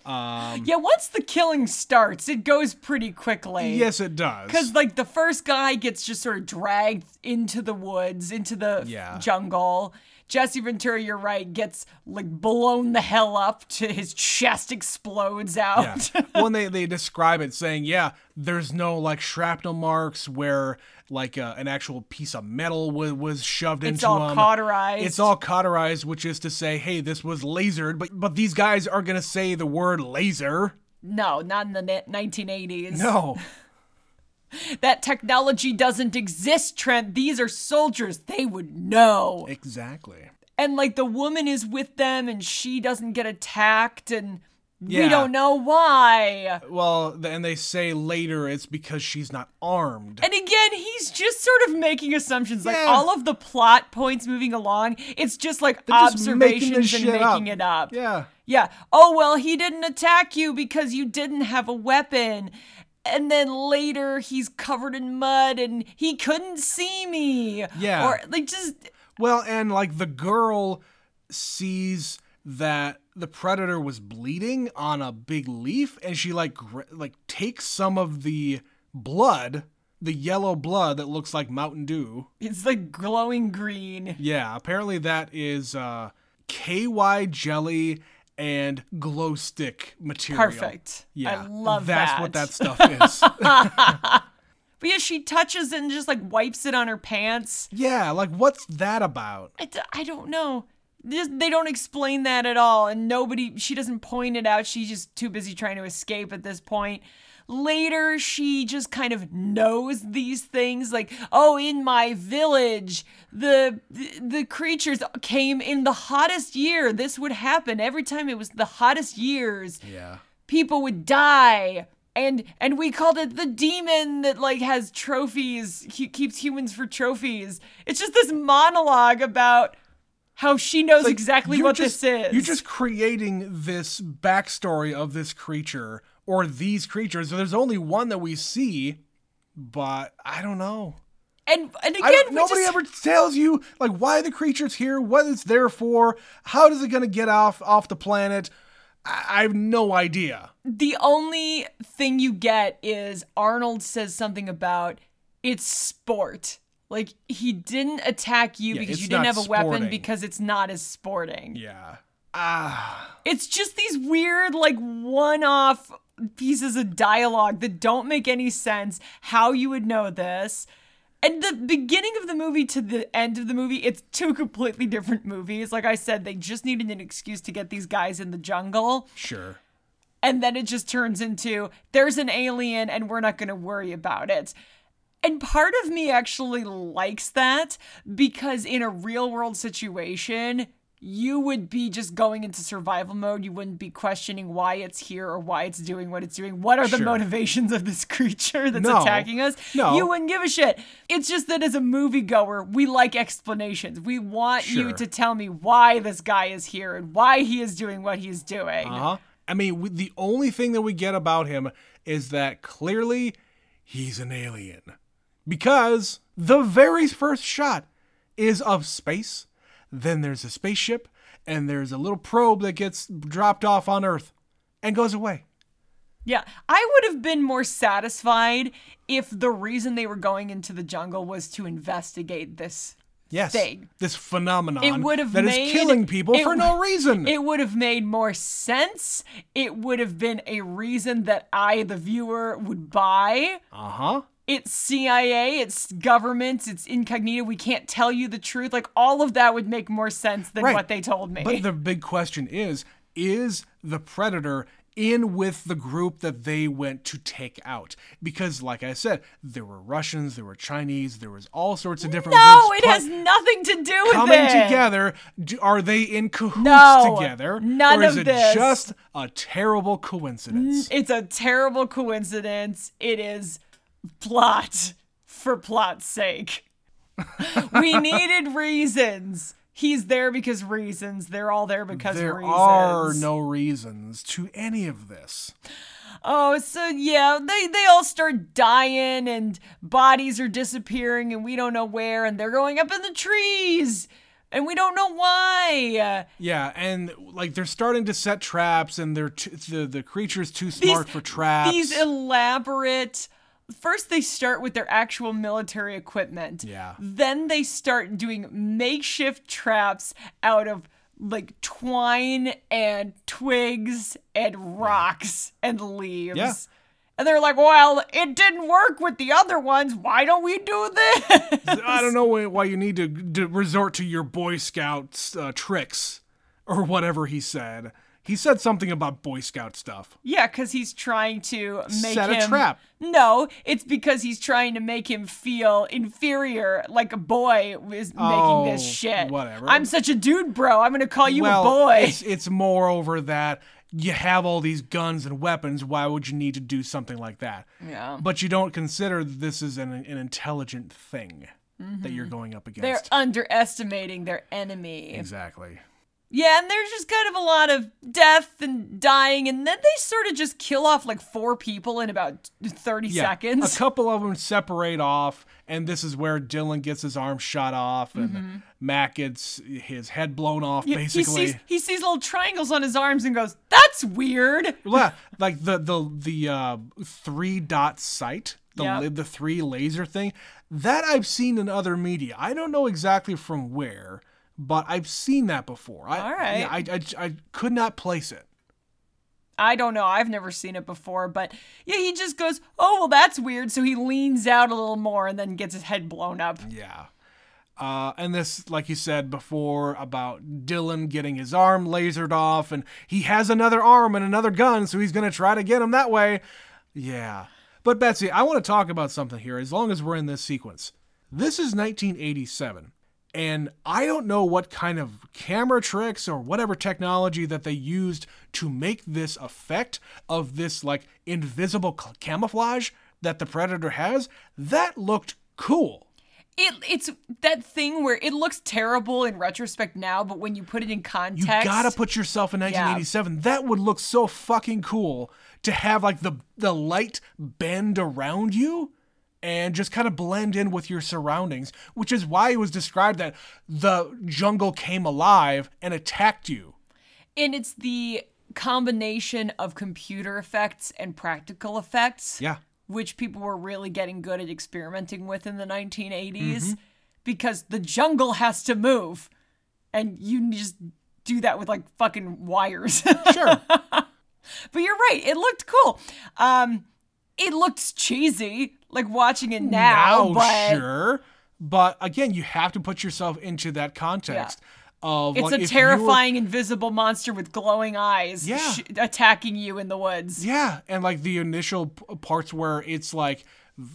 Speaker 1: Um,
Speaker 2: Yeah, once the killing starts, it goes pretty quickly.
Speaker 1: Yes, it does.
Speaker 2: Because, like, the first guy gets just sort of dragged into the woods, into the
Speaker 1: Yeah.
Speaker 2: jungle. Jesse Ventura, you're right, gets, like, blown the hell up to his chest explodes
Speaker 1: Yeah.
Speaker 2: out.
Speaker 1: well, and they, they describe it saying, yeah, there's no like shrapnel marks where like uh, an actual piece of metal was, was shoved into
Speaker 2: all
Speaker 1: him.
Speaker 2: cauterized.
Speaker 1: It's all cauterized, which is to say, hey, this was lasered, but but these guys are gonna say the word laser.
Speaker 2: no, not in the ni- 1980s.
Speaker 1: No,
Speaker 2: That technology doesn't exist, Trent. These are soldiers. They would know.
Speaker 1: exactly.
Speaker 2: and like the woman is with them and she doesn't get attacked and
Speaker 1: Yeah.
Speaker 2: we don't know why.
Speaker 1: Well, th- and they say later it's because she's not armed.
Speaker 2: And again, he's just sort of making assumptions. Like
Speaker 1: Yeah.
Speaker 2: all of the plot points moving along, it's just like
Speaker 1: Just making
Speaker 2: observations
Speaker 1: this
Speaker 2: and
Speaker 1: shit
Speaker 2: making it up.
Speaker 1: Yeah.
Speaker 2: Yeah. Oh, well, he didn't attack you because you didn't have a weapon. And then later he's covered in mud and he couldn't see me.
Speaker 1: Yeah.
Speaker 2: Or like just
Speaker 1: Well, and like the girl sees that the predator was bleeding on a big leaf, and she like gr- like takes some of the blood, the yellow blood that looks like Mountain Dew.
Speaker 2: it's like glowing green.
Speaker 1: Yeah, apparently that is uh, KY jelly and glow stick material.
Speaker 2: Perfect.
Speaker 1: Yeah,
Speaker 2: I love
Speaker 1: that's
Speaker 2: that.
Speaker 1: what that stuff is.
Speaker 2: But yeah, she touches it and just like wipes it on her pants.
Speaker 1: yeah, like what's that about?
Speaker 2: I, d- I don't know. Just, they don't explain that at all. And nobody, she doesn't point it out. She's just too busy trying to escape at this point. Later, she just kind of knows these things like, oh, in my village, the, the the creatures came in the hottest year. This would happen every time it was the hottest years
Speaker 1: Yeah.
Speaker 2: people would die and and we called it the demon that like has trophies he keeps humans for trophies it's just this monologue about how she knows exactly
Speaker 1: You're
Speaker 2: what
Speaker 1: just-
Speaker 2: this is
Speaker 1: You're just creating this backstory of this creature or these creatures. So there's only one that we see, but I don't know.
Speaker 2: and and again
Speaker 1: I don't-
Speaker 2: we
Speaker 1: nobody
Speaker 2: just-
Speaker 1: ever tells you like why the creature's here, what it's there for, how is it gonna get off off the planet. I, I have no idea.
Speaker 2: the only thing you get is arnold says something about it's sport like he didn't attack you because
Speaker 1: it's
Speaker 2: you didn't
Speaker 1: not
Speaker 2: have a weapon
Speaker 1: sporting.
Speaker 2: because it's not as sporting
Speaker 1: Yeah. Ah.
Speaker 2: It's just these weird, like, one off pieces of dialogue that don't make any sense how you would know this. And the beginning of the movie to the end of the movie, it's two completely different movies. Like I said, they just needed an excuse to get these guys in the jungle.
Speaker 1: Sure.
Speaker 2: And then it just turns into there's an alien and we're not going to worry about it. And part of me actually likes that because in a real world situation, you would be just going into survival mode. You wouldn't be questioning why it's here or why it's doing what it's doing. What are the
Speaker 1: Sure.
Speaker 2: motivations of this creature that's
Speaker 1: No.
Speaker 2: attacking us?
Speaker 1: No.
Speaker 2: You wouldn't give a shit. It's just that as a moviegoer, we like explanations. We want you
Speaker 1: Sure.
Speaker 2: to tell me why this guy is here and why he is doing what he is doing.
Speaker 1: Uh-huh. I mean, we, the only thing that we get about him is that clearly he's an alien. Because the very first shot is of space, then there's a spaceship, and there's a little probe that gets dropped off on Earth and goes away.
Speaker 2: Yeah, I would have been more satisfied if the reason they were going into the jungle was to investigate this.
Speaker 1: Yes.
Speaker 2: Thing.
Speaker 1: This phenomenon
Speaker 2: It would have
Speaker 1: that is
Speaker 2: made-
Speaker 1: killing people
Speaker 2: it
Speaker 1: for
Speaker 2: w-
Speaker 1: no reason.
Speaker 2: It would have made more sense. It would have been a reason that I, the viewer, would buy.
Speaker 1: uh-huh.
Speaker 2: It's CIA, it's government, it's incognito. We can't tell you the truth. Like, all of that would make more sense than
Speaker 1: Right.
Speaker 2: what they told me.
Speaker 1: But the big question is is the predator in with the group that they went to take out? Because, like I said, there were Russians, there were Chinese, there was all sorts of different
Speaker 2: no,
Speaker 1: groups
Speaker 2: it has nothing to do with
Speaker 1: coming
Speaker 2: it.
Speaker 1: together. Do, are they in cahoots
Speaker 2: No,
Speaker 1: together?
Speaker 2: none
Speaker 1: or is
Speaker 2: of
Speaker 1: it
Speaker 2: this. Mm,
Speaker 1: just a terrible coincidence?
Speaker 2: It's a terrible coincidence. It is plot for plot's sake. we needed reasons. He's there because reasons. They're all there because
Speaker 1: there
Speaker 2: reasons.
Speaker 1: are no reasons to any of this.
Speaker 2: Oh, so yeah, they they all start dying and bodies are disappearing and we don't know where and they're going up in the trees and we don't know why.
Speaker 1: Yeah, and like they're starting to set traps, and they're t- the the creature's too smart for traps.
Speaker 2: These elaborate. First, they start with their actual military equipment.
Speaker 1: Yeah.
Speaker 2: Then they start doing makeshift traps out of like twine and twigs and rocks and leaves.
Speaker 1: Yeah.
Speaker 2: And they're like, well, it didn't work with the other ones. Why don't we do this?
Speaker 1: I don't know why, why you need to, to resort to your Boy Scouts uh, tricks or whatever he said. He said something about Boy Scout stuff.
Speaker 2: yeah, because he's trying to make
Speaker 1: Set a
Speaker 2: him-
Speaker 1: trap.
Speaker 2: No, it's because he's trying to make him feel inferior, like a boy is
Speaker 1: Oh,
Speaker 2: making this shit.
Speaker 1: whatever.
Speaker 2: I'm such a dude, bro. I'm gonna call you
Speaker 1: well,
Speaker 2: a boy.
Speaker 1: It's, it's more over that you have all these guns and weapons. Why would you need to do something like that?
Speaker 2: Yeah.
Speaker 1: But you don't consider this is an, an intelligent thing
Speaker 2: Mm-hmm.
Speaker 1: that you're going up
Speaker 2: They're
Speaker 1: against.
Speaker 2: underestimating their enemy.
Speaker 1: exactly.
Speaker 2: Yeah, and there's just kind of a lot of death and dying, and then they sort of just kill off like four people in about 30
Speaker 1: A
Speaker 2: seconds.
Speaker 1: couple of them separate off, and this is where Dylan gets his arm shot off, and Mac gets his head blown off,
Speaker 2: Mm-hmm. Yeah, he
Speaker 1: basically.
Speaker 2: sees he sees little triangles on his arms and goes, "That's weird."
Speaker 1: La- like the the the uh, three dot sight, the
Speaker 2: Yeah.
Speaker 1: la- the three laser thing, that I've seen in other media. I don't know exactly from where, but I've seen that before. I,
Speaker 2: All right.
Speaker 1: yeah, I, I I could not place it.
Speaker 2: I don't know. I've never seen it before, but yeah, he just goes, "Oh, well, that's weird." So he leans out a little more and then gets his head blown up.
Speaker 1: Yeah. Uh, and this, like you said before, about Dylan getting his arm lasered off, and he has another arm and another gun, so he's going to try to get him that way. Yeah. But, Betsy, I want to talk about something here as long as we're in this sequence. This is 1987, and I don't know what kind of camera tricks or whatever technology that they used to make this effect of this, like, invisible c- camouflage that the Predator has. That looked cool.
Speaker 2: It it's that thing where it looks terrible in retrospect now, but when you put it in
Speaker 1: You
Speaker 2: context,
Speaker 1: gotta put yourself in 1987. That would look so fucking cool to have like the the light bend around you and just kind of blend in with your surroundings, which is why it was described that the jungle came alive and attacked you.
Speaker 2: and it's the combination of computer effects and practical effects.
Speaker 1: Yeah.
Speaker 2: which people were really getting good at experimenting with in the 1980s
Speaker 1: Mm-hmm.
Speaker 2: because the jungle has to move and you just do that with like fucking wires. but
Speaker 1: Sure.
Speaker 2: you're right, it looked cool. Um it looked cheesy like watching it now,
Speaker 1: now,
Speaker 2: but
Speaker 1: sure. But again, you have to put yourself into that context of
Speaker 2: it's
Speaker 1: like,
Speaker 2: a
Speaker 1: if you were-
Speaker 2: terrifying invisible monster with glowing eyes
Speaker 1: Yeah.
Speaker 2: attacking you in the woods.
Speaker 1: Yeah, and like the initial p- parts where it's like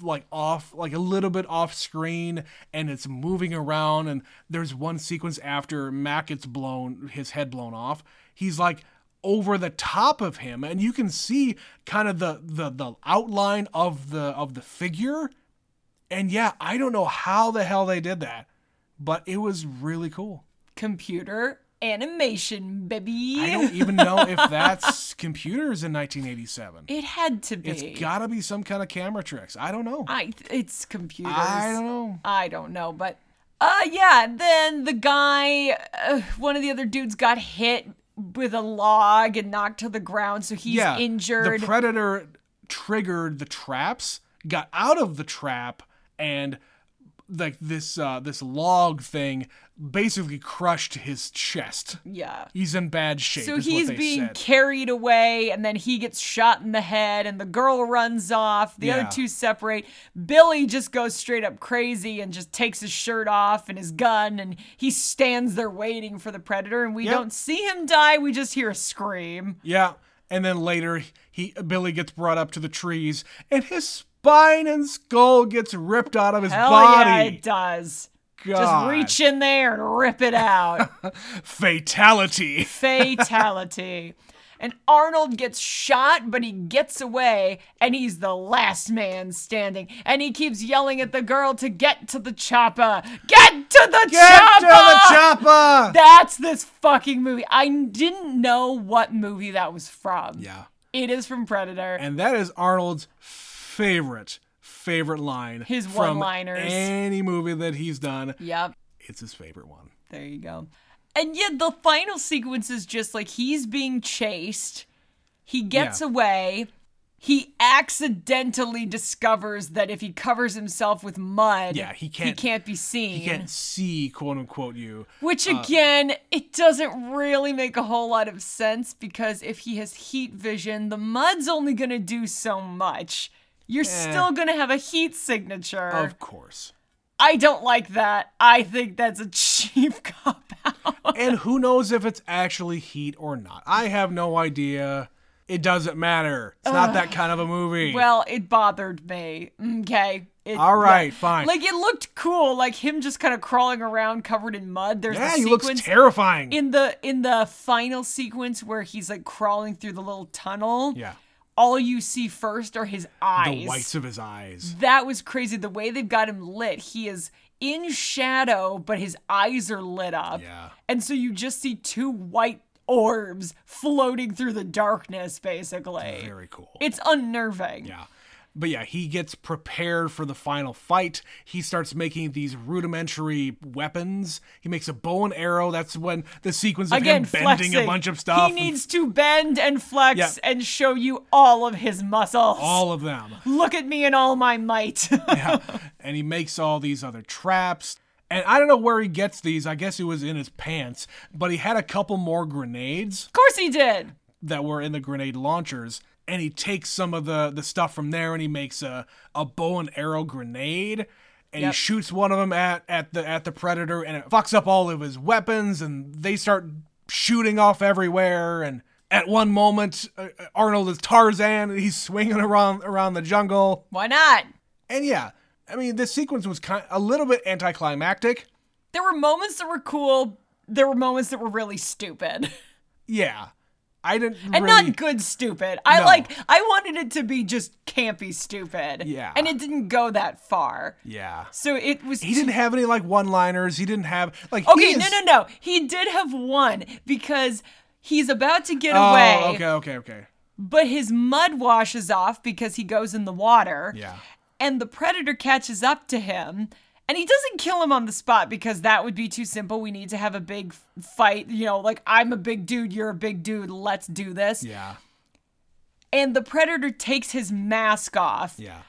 Speaker 1: like off like a little bit off screen and it's moving around and there's one sequence after Mac gets blown his head blown off he's like over the top of him and you can see kind of the the the outline of the of the figure and yeah I don't know how the hell they did that but it was really cool
Speaker 2: Computer animation, baby.
Speaker 1: I don't even know if that's computers in 1987
Speaker 2: it had to be.
Speaker 1: It's got to be some kind of camera tricks. I don't know.
Speaker 2: I it's computers.
Speaker 1: I don't know.
Speaker 2: I don't know, but uh yeah, then the guy uh, one of the other dudes got hit with a log and knocked to the ground so he's
Speaker 1: yeah,
Speaker 2: injured.
Speaker 1: The predator triggered the traps, got out of the trap, and like this uh, this log thing basically crushed his chest.
Speaker 2: yeah.
Speaker 1: He's in bad shape.
Speaker 2: So
Speaker 1: is
Speaker 2: he's
Speaker 1: what they
Speaker 2: being
Speaker 1: said.
Speaker 2: carried away and then he gets shot in the head and the girl runs off. The
Speaker 1: Yeah.
Speaker 2: other two separate. Billy just goes straight up crazy and just takes his shirt off and his gun and he stands there waiting for the predator and we
Speaker 1: Yep.
Speaker 2: don't see him die, we just hear a scream.
Speaker 1: Yeah, and then later he Billy gets brought up to the trees, and his spine and skull gets ripped out of his
Speaker 2: Hell yeah,
Speaker 1: body.
Speaker 2: it does.
Speaker 1: God.
Speaker 2: Just reach in there and rip it out.
Speaker 1: Fatality.
Speaker 2: Fatality. And Arnold gets shot, but he gets away, and he's the last man standing. And he keeps yelling at the girl to get to the chopper. Get to the
Speaker 1: Get
Speaker 2: chopper!
Speaker 1: to the chopper.
Speaker 2: That's this fucking movie. I didn't know what movie that was from.
Speaker 1: yeah.
Speaker 2: It is from Predator.
Speaker 1: And that is Arnold's favorite, favorite line.
Speaker 2: His
Speaker 1: from
Speaker 2: one-liners.
Speaker 1: Any movie that he's done,
Speaker 2: yep.
Speaker 1: it's his favorite one.
Speaker 2: There you go. And yet the final sequence is just like he's being chased. He gets
Speaker 1: Yeah.
Speaker 2: away. He accidentally discovers that if he covers himself with mud,
Speaker 1: Yeah, he can't-
Speaker 2: be seen.
Speaker 1: He can't uh, see, quote unquote, you.
Speaker 2: Which again, it doesn't really make a whole lot of sense because if he has heat vision, the mud's only going to do so much. You're still going to have a heat signature.
Speaker 1: Eh. Of course.
Speaker 2: I don't like that. I think that's a cheap cop out.
Speaker 1: and who knows if it's actually heat or not? I have no idea. It doesn't matter. It's not that kind of a movie.
Speaker 2: Well, it bothered me. Okay. It,
Speaker 1: All right, fine.
Speaker 2: Like it looked cool, like him just kind of crawling around covered in mud. There's
Speaker 1: yeah,
Speaker 2: the
Speaker 1: he looks
Speaker 2: sequence
Speaker 1: terrifying.
Speaker 2: in the in the final sequence where he's like crawling through the little tunnel.
Speaker 1: yeah,
Speaker 2: All you see first are his eyes.
Speaker 1: the whites of his eyes.
Speaker 2: That was crazy. The way they've got him lit, he is in shadow, but his eyes are lit up.
Speaker 1: Yeah.
Speaker 2: And so you just see two white orbs floating through the darkness, basically.
Speaker 1: Very cool.
Speaker 2: It's unnerving.
Speaker 1: Yeah. But yeah, he gets prepared for the final fight. He starts making these rudimentary weapons. He makes a bow and arrow. That's when the sequence of
Speaker 2: Again,
Speaker 1: him bending
Speaker 2: flexing.
Speaker 1: a bunch of stuff. and
Speaker 2: He needs to bend and flex
Speaker 1: Yeah.
Speaker 2: and show you all of his muscles.
Speaker 1: all of them.
Speaker 2: Look at me in all my might.
Speaker 1: Yeah. and he makes all these other traps. And I don't know where he gets these. I guess it was in his pants. But he had a couple more grenades
Speaker 2: of course he did.
Speaker 1: that were in the grenade launchers. And he takes some of the, the stuff from there and he makes a, a bow and arrow grenade. And
Speaker 2: Yep.
Speaker 1: he shoots one of them at, at the at the predator and it fucks up all of his weapons and they start shooting off everywhere and at one moment uh, uh, Arnold is Tarzan and he's swinging around around the jungle
Speaker 2: Why not?
Speaker 1: and yeah, I mean, this sequence was kind a little bit anticlimactic.
Speaker 2: There were moments that were cool. There were moments that were really stupid.
Speaker 1: Yeah, I didn't
Speaker 2: And
Speaker 1: really.
Speaker 2: not good stupid. I
Speaker 1: No.
Speaker 2: like I wanted it to be just campy stupid.
Speaker 1: Yeah.
Speaker 2: And it didn't go that far.
Speaker 1: yeah,
Speaker 2: So it was
Speaker 1: he didn't have any like one-liners. He didn't have like. he
Speaker 2: Okay,
Speaker 1: is-
Speaker 2: no no no. He did have one because he's about to get
Speaker 1: Oh,
Speaker 2: away.
Speaker 1: okay, okay, okay.
Speaker 2: but his mud washes off because he goes in the water.
Speaker 1: Yeah,
Speaker 2: And the predator catches up to him. And he doesn't kill him on the spot because that would be too simple. We need to have a big f- fight. You know, like, I'm a big dude, you're a big dude, let's do this.
Speaker 1: yeah,
Speaker 2: And the predator takes his mask off.
Speaker 1: yeah.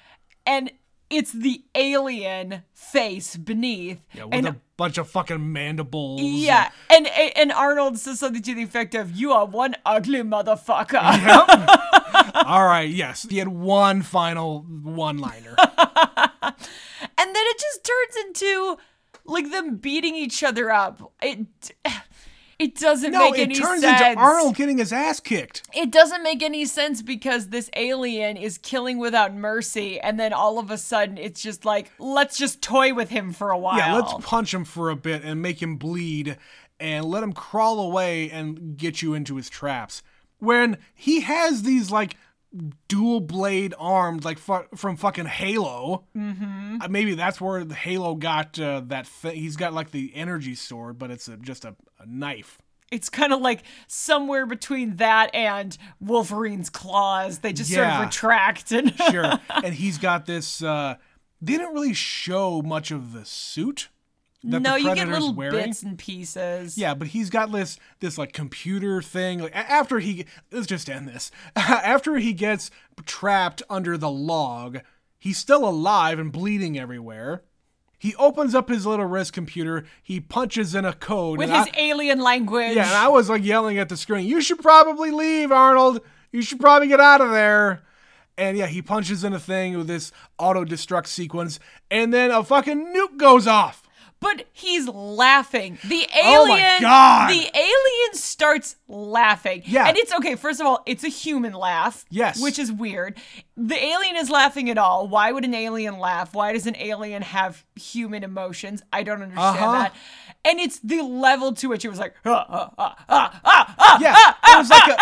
Speaker 2: And it's the alien face beneath.
Speaker 1: Yeah, with
Speaker 2: and
Speaker 1: a bunch of fucking mandibles. and-
Speaker 2: yeah, and and Arnold says something to the effect of, "You are one ugly motherfucker."
Speaker 1: All right. Yes, he had one final one-liner.
Speaker 2: and then it just turns into like them beating each other up. It It doesn't
Speaker 1: No,
Speaker 2: make
Speaker 1: it
Speaker 2: any
Speaker 1: turns
Speaker 2: sense.
Speaker 1: into Arnold getting his ass kicked.
Speaker 2: It doesn't make any sense because this alien is killing without mercy, and then all of a sudden it's just like, let's just toy with him for a while.
Speaker 1: Yeah, let's punch him for a bit and make him bleed and let him crawl away and get you into his traps. When he has these like dual blade arms like fu- from fucking Halo. Mm-hmm. maybe that's where the Halo got uh, that thing. He's got like the energy sword, but it's a, just a, a knife.
Speaker 2: It's kind of like somewhere between that and Wolverine's claws. They just sort
Speaker 1: Yeah.
Speaker 2: of retract and
Speaker 1: Sure. and he's got this uh they didn't really show much of the suit that
Speaker 2: no,
Speaker 1: the
Speaker 2: you
Speaker 1: predator's
Speaker 2: get little
Speaker 1: wearing.
Speaker 2: bits and pieces.
Speaker 1: Yeah, but he's got this this like computer thing. Like a- after he let's just end this. after he gets trapped under the log, he's still alive and bleeding everywhere. He opens up his little wrist computer. He punches in a code.
Speaker 2: with
Speaker 1: and I-
Speaker 2: his alien language.
Speaker 1: yeah, and I was like yelling at the screen, "You should probably leave, Arnold. You should probably get out of there." And yeah, he punches in a thing with this auto destruct sequence, and then a fucking nuke goes off.
Speaker 2: but he's laughing. The alien,
Speaker 1: Oh my God.
Speaker 2: the alien starts laughing.
Speaker 1: Yeah.
Speaker 2: and it's okay. First of all, it's a human laugh.
Speaker 1: Yes.
Speaker 2: which is weird. The alien is laughing at all. Why would an alien laugh? Why does an alien have human emotions? I don't understand
Speaker 1: Uh-huh.
Speaker 2: that. And it's the level to which it was like, "Ah, "Huh, huh, huh." ah,
Speaker 1: Yeah, it was like a,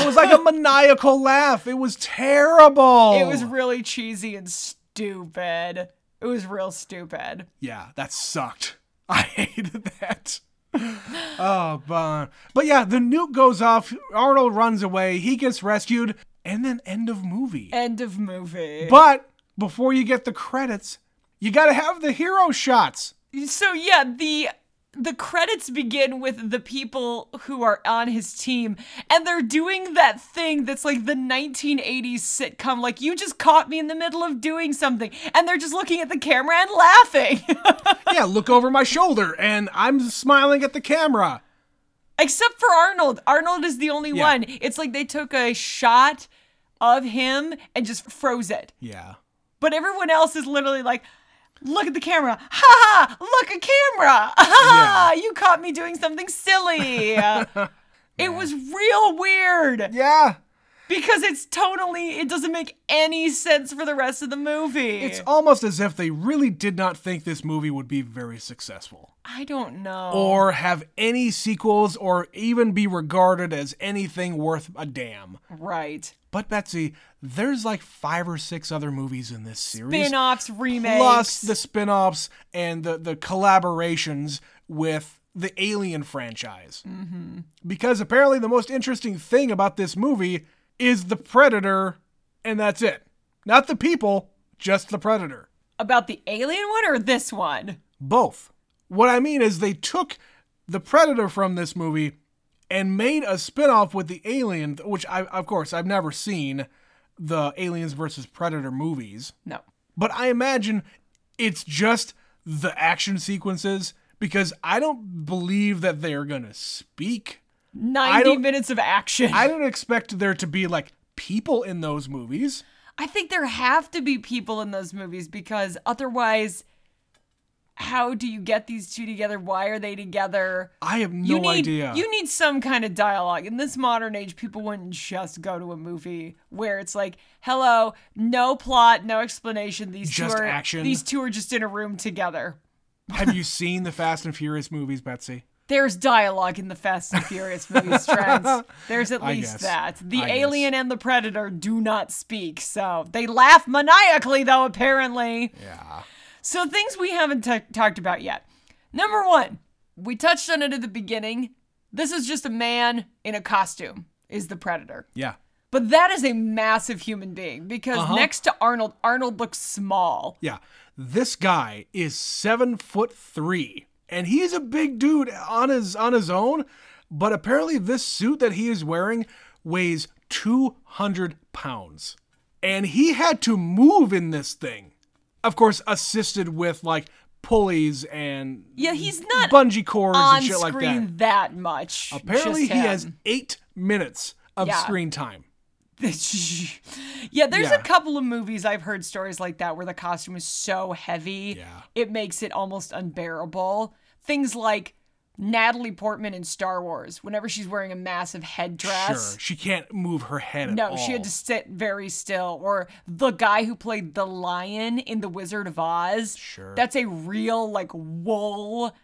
Speaker 1: it was like a maniacal laugh. It was terrible.
Speaker 2: it was really cheesy and stupid. It was real stupid.
Speaker 1: yeah, that sucked. I hated that. Oh, but but yeah, the nuke goes off. Arnold runs away. He gets rescued, and then end of movie.
Speaker 2: End of movie.
Speaker 1: But before you get the credits, you got to have the hero shots.
Speaker 2: so yeah the the credits begin with the people who are on his team and they're doing that thing that's like the 1980s sitcom like you just caught me in the middle of doing something and they're just looking at the camera and laughing
Speaker 1: Yeah, look over my shoulder, and I'm smiling at the camera.
Speaker 2: except for arnold arnold is the only
Speaker 1: Yeah.
Speaker 2: one it's like they took a shot of him and just froze it
Speaker 1: Yeah.
Speaker 2: but everyone else is literally like look at the camera ha ha look a camera ha ha you caught me doing something silly it was real weird
Speaker 1: Yeah.
Speaker 2: because it's tonally it doesn't make any sense for the rest of the movie
Speaker 1: It's almost as if they really did not think this movie would be very successful.
Speaker 2: i don't know
Speaker 1: or have any sequels or even be regarded as anything worth a damn.
Speaker 2: right
Speaker 1: But Betsy, there's like five or six other movies in this series.
Speaker 2: spin-offs remakes
Speaker 1: Plus the spin-offs and the, the collaborations with the Alien franchise. Mm-hmm. Because apparently the most interesting thing about this movie is the Predator, and that's it. Not the people, just the Predator.
Speaker 2: about the alien one or this one
Speaker 1: Both. What I mean is they took the Predator from this movie and made a spin-off with the Alien, which I of course I've never seen the Aliens versus Predator movies,
Speaker 2: no
Speaker 1: but I imagine it's just the action sequences because I don't believe that they are going to speak.
Speaker 2: 90
Speaker 1: don't-
Speaker 2: minutes of action
Speaker 1: I don't expect there to be like people in those movies.
Speaker 2: I think there have to be people in those movies because otherwise, how do you get these two together? Why are they together?
Speaker 1: I have no
Speaker 2: You need
Speaker 1: idea.
Speaker 2: you need some kind of dialogue. In this modern age, people wouldn't just go to a movie where it's like, "Hello, no plot, no explanation. These
Speaker 1: Just
Speaker 2: two are
Speaker 1: action.
Speaker 2: these two are just in a room together."
Speaker 1: have you seen the Fast and Furious movies, Betsy?
Speaker 2: There's dialogue in the Fast and Furious movies, Trent. There's at least
Speaker 1: guess.
Speaker 2: that. The
Speaker 1: I guess.
Speaker 2: alien and the predator do not speak, so they laugh maniacally, though, apparently.
Speaker 1: Yeah.
Speaker 2: So, things we haven't t- talked about yet. Number one, we touched on it at the beginning. This is just a man in a costume, is the predator.
Speaker 1: Yeah.
Speaker 2: But that is a massive human being because
Speaker 1: Uh-huh.
Speaker 2: next to Arnold, Arnold looks small.
Speaker 1: Yeah. This guy is seven foot three. And he's a big dude on his on his own, but apparently this suit that he is wearing weighs two hundred pounds. And he had to move in this thing. Of course, assisted with like pulleys and
Speaker 2: Yeah, he's not
Speaker 1: bungee cords
Speaker 2: on
Speaker 1: and shit like
Speaker 2: screen
Speaker 1: that.
Speaker 2: that. much.
Speaker 1: Apparently
Speaker 2: just
Speaker 1: he
Speaker 2: him.
Speaker 1: has eight minutes of
Speaker 2: Yeah.
Speaker 1: screen time.
Speaker 2: yeah, there's
Speaker 1: Yeah.
Speaker 2: a couple of movies I've heard stories like that where the costume is so heavy,
Speaker 1: Yeah.
Speaker 2: it makes it almost unbearable. Things like Natalie Portman in Star Wars whenever she's wearing a massive headdress.
Speaker 1: Sure, Oh. she can't move her head at
Speaker 2: No,
Speaker 1: all.
Speaker 2: she had to sit very still. Or the guy who played the lion in The Wizard of Oz.
Speaker 1: Sure.
Speaker 2: That's a real, like, wool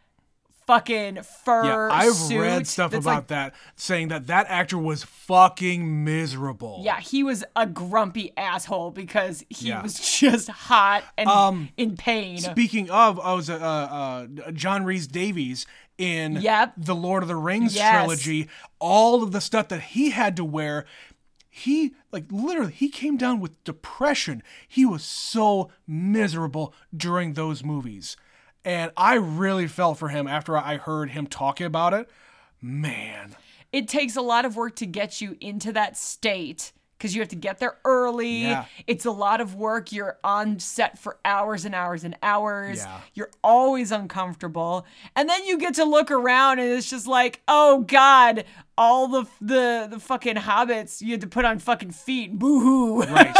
Speaker 2: fucking fur
Speaker 1: Yeah, I've
Speaker 2: suit
Speaker 1: read stuff
Speaker 2: that's,
Speaker 1: about
Speaker 2: like,
Speaker 1: that saying that that actor was fucking miserable.
Speaker 2: Yeah, he was a grumpy asshole because he
Speaker 1: Yeah.
Speaker 2: was just hot and
Speaker 1: Um,
Speaker 2: in pain.
Speaker 1: Speaking of, I was uh, uh, John Reese Davies in
Speaker 2: Yep.
Speaker 1: the Lord of the Rings
Speaker 2: Yes.
Speaker 1: trilogy. All of the stuff that he had to wear, he like literally he came down with depression. He was so miserable during those movies, and I really felt for him after I heard him talking about it. Man,
Speaker 2: it takes a lot of work to get you into that state because you have to get there early.
Speaker 1: Yeah.
Speaker 2: It's a lot of work. You're on set for hours and hours and hours.
Speaker 1: Yeah.
Speaker 2: You're always uncomfortable. And then you get to look around and it's just like, oh God, all the the, the fucking hobbits you had to put on fucking feet. Boo hoo.
Speaker 1: right?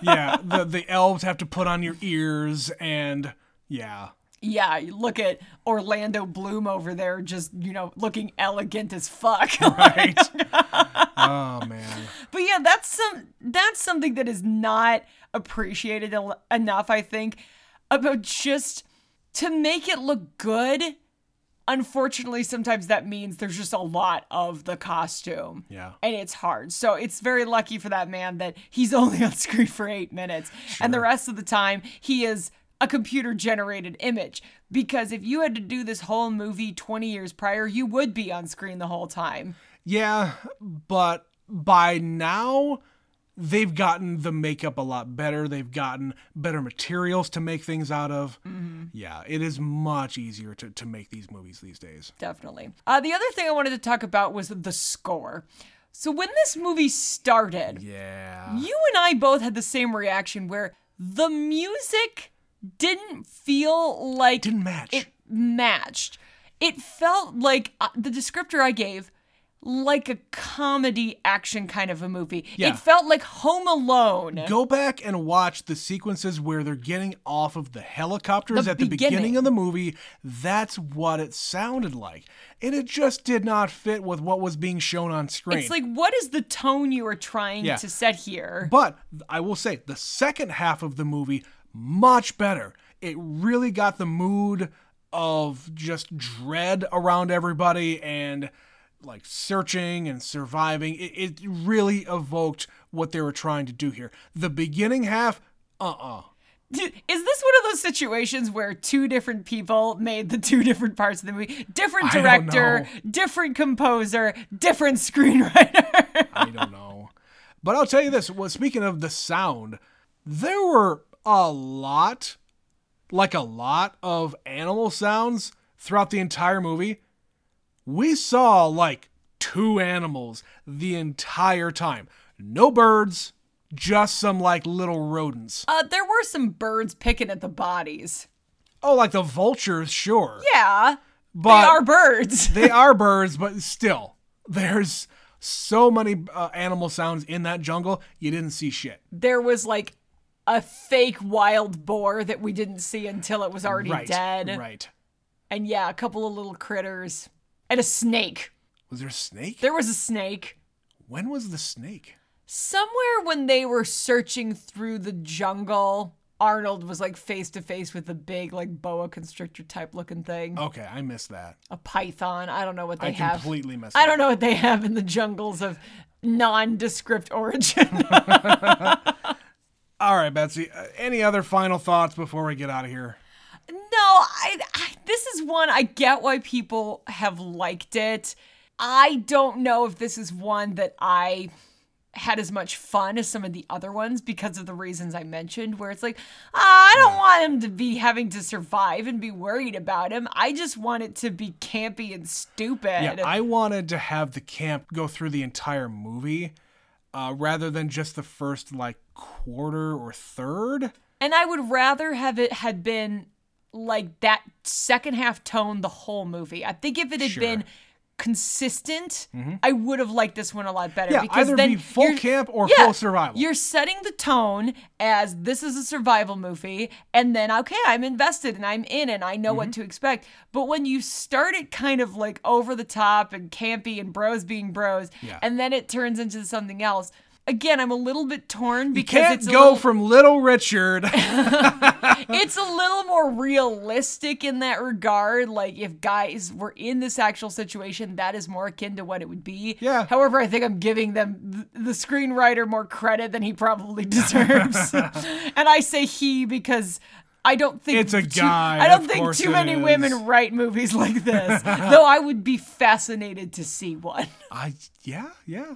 Speaker 1: yeah, the the elves have to put on your ears, and yeah,
Speaker 2: Yeah, you look at Orlando Bloom over there, just, you know, looking elegant as fuck.
Speaker 1: right. oh man.
Speaker 2: But yeah, that's some that's something that is not appreciated el- enough, I think, about just to make it look good. Unfortunately, sometimes that means there's just a lot of the costume.
Speaker 1: Yeah.
Speaker 2: And it's hard. So it's very lucky for that man that he's only on screen for eight minutes. And the rest of the time, he is a computer generated image. Because if you had to do this whole movie 20 years prior, you would be on screen the whole time.
Speaker 1: Yeah, but by now they've gotten the makeup a lot better. They've gotten better materials to make things out of. Yeah, it is much easier to, to make these movies these days.
Speaker 2: definitely. Uh, the other thing I wanted to talk about was the score. So when this movie started,
Speaker 1: Yeah.
Speaker 2: you and I both had the same reaction where the music didn't feel like
Speaker 1: Didn't match.
Speaker 2: it matched. It felt like uh, the descriptor I gave, like a comedy action kind of a movie.
Speaker 1: Yeah.
Speaker 2: It felt like Home Alone.
Speaker 1: Go back and watch the sequences where they're getting off of the helicopters
Speaker 2: The
Speaker 1: at the beginning.
Speaker 2: beginning.
Speaker 1: of the movie. That's what it sounded like. And it just did not fit with what was being shown on screen.
Speaker 2: It's like, what is the tone you are trying
Speaker 1: Yeah.
Speaker 2: to set here?
Speaker 1: But I will say the second half of the movie much better. It really got the mood of just dread around everybody and like searching and surviving. It, it really evoked what they were trying to do here. The beginning half, uh-uh.
Speaker 2: Dude, is this one of those situations where two different people made the two different parts of the movie?
Speaker 1: I
Speaker 2: Different
Speaker 1: don't
Speaker 2: director, different composer, different screenwriter.
Speaker 1: I don't know. But I'll tell you this, well, speaking of the sound, there were a lot like a lot of animal sounds throughout the entire movie. We saw like two animals the entire time. No birds, just some like little rodents.
Speaker 2: uh, there were some birds picking at the bodies.
Speaker 1: Oh, like the vultures, sure.
Speaker 2: Yeah,
Speaker 1: but
Speaker 2: they are birds.
Speaker 1: they are birds, but still, there's so many uh, animal sounds in that jungle. You didn't see shit.
Speaker 2: There was like a fake wild boar that we didn't see until it was already
Speaker 1: Right.
Speaker 2: dead.
Speaker 1: Right.
Speaker 2: And yeah, a couple of little critters. And a snake.
Speaker 1: Was there a snake?
Speaker 2: There was a snake.
Speaker 1: when was the snake?
Speaker 2: Somewhere when they were searching through the jungle, Arnold was like face to face with a big like boa constrictor type looking thing,
Speaker 1: Okay, I missed that.
Speaker 2: a python. I don't know what they
Speaker 1: I
Speaker 2: have.
Speaker 1: completely missed
Speaker 2: I
Speaker 1: that.
Speaker 2: don't know what they have in the jungles of nondescript origin.
Speaker 1: All right, Betsy. Uh, any other final thoughts before we get out of here?
Speaker 2: no, I, I this is one I get why people have liked it. I don't know if this is one that I had as much fun as some of the other ones because of the reasons I mentioned, where it's like, ah, I don't want him to be having to survive and be worried about him. I just want it to be campy and stupid.
Speaker 1: Yeah, I wanted to have the camp go through the entire movie uh, rather than just the first like quarter or third.
Speaker 2: and I would rather have it had been like that second half tone the whole movie. I think if it had
Speaker 1: Sure. Mm-hmm.
Speaker 2: been consistent, I would have liked this one a lot better.
Speaker 1: Yeah,
Speaker 2: because
Speaker 1: either
Speaker 2: then
Speaker 1: be full
Speaker 2: you're-
Speaker 1: camp or
Speaker 2: yeah,
Speaker 1: full survival.
Speaker 2: You're setting the tone as this is a survival movie, and then okay, I'm invested and I'm in and I know what
Speaker 1: Mm-hmm.
Speaker 2: to expect. But when you start it kind of like over the top and campy and bros being bros,
Speaker 1: Yeah.
Speaker 2: and then it turns into something else. Again, I'm a little bit torn because
Speaker 1: Can't
Speaker 2: it's a
Speaker 1: go
Speaker 2: little,
Speaker 1: from Little Richard.
Speaker 2: it's a little more realistic in that regard. Like if guys were in this actual situation, that is more akin to what it would be.
Speaker 1: Yeah.
Speaker 2: However, I think I'm giving them th- the screenwriter more credit than he probably deserves. and I say he because I don't think
Speaker 1: It's a
Speaker 2: too-
Speaker 1: guy,
Speaker 2: I don't
Speaker 1: of
Speaker 2: think
Speaker 1: course
Speaker 2: too
Speaker 1: it
Speaker 2: many
Speaker 1: is.
Speaker 2: women write movies like this. though I would be fascinated to see one.
Speaker 1: I yeah yeah.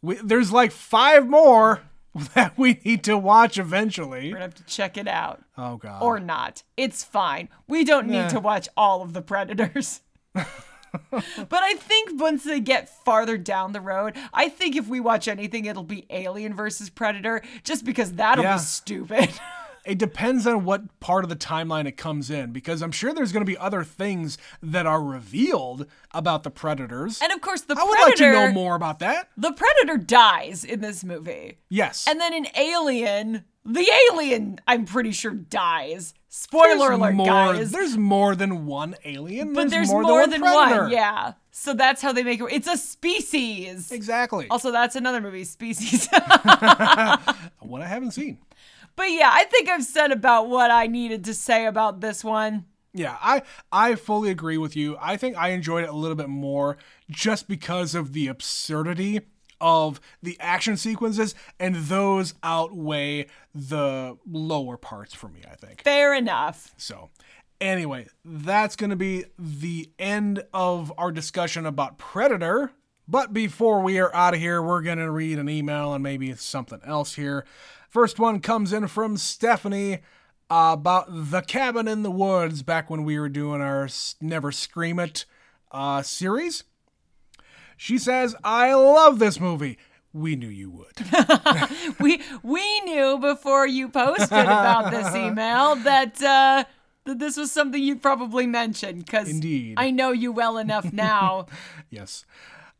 Speaker 1: We, there's like five more that we need to watch eventually.
Speaker 2: We're gonna have to check it out
Speaker 1: Oh god.
Speaker 2: or not. It's fine. We don't need
Speaker 1: Yeah.
Speaker 2: to watch all of the Predators. but I think once they get farther down the road, I think if we watch anything, it'll be Alien versus Predator, just because that'll
Speaker 1: Yeah.
Speaker 2: be stupid.
Speaker 1: it depends on what part of the timeline it comes in because I'm sure there's going to be other things that are revealed about the predators.
Speaker 2: and of course, the
Speaker 1: I would
Speaker 2: Predator,
Speaker 1: like to know more about that.
Speaker 2: the Predator dies in this movie,
Speaker 1: Yes.
Speaker 2: and then in Alien, the Alien, I'm pretty sure dies.
Speaker 1: There's
Speaker 2: Spoiler alert,
Speaker 1: more,
Speaker 2: guys.
Speaker 1: There's more than one alien.
Speaker 2: But there's, more, than,
Speaker 1: one.
Speaker 2: one,
Speaker 1: predator.
Speaker 2: yeah. So that's how they make it. It's a species.
Speaker 1: Exactly.
Speaker 2: Also, that's another movie, Species.
Speaker 1: What I haven't seen.
Speaker 2: but yeah, I think I've said about what I needed to say about this one.
Speaker 1: Yeah, I I fully agree with you. I think I enjoyed it a little bit more just because of the absurdity of the action sequences and those outweigh the lower parts for me, I think.
Speaker 2: Fair enough.
Speaker 1: So, anyway, that's going to be the end of our discussion about Predator. But before we are out of here, we're going to read an email and maybe something else here. First one comes in from Stephanie about The Cabin in the Woods back when we were doing our S- Never Scream It uh, series. She says, I love this movie. We knew you would.
Speaker 2: We we knew before you posted about this email that uh, that this was something you'd probably mention because
Speaker 1: Indeed.
Speaker 2: I know you well enough now.
Speaker 1: Yes.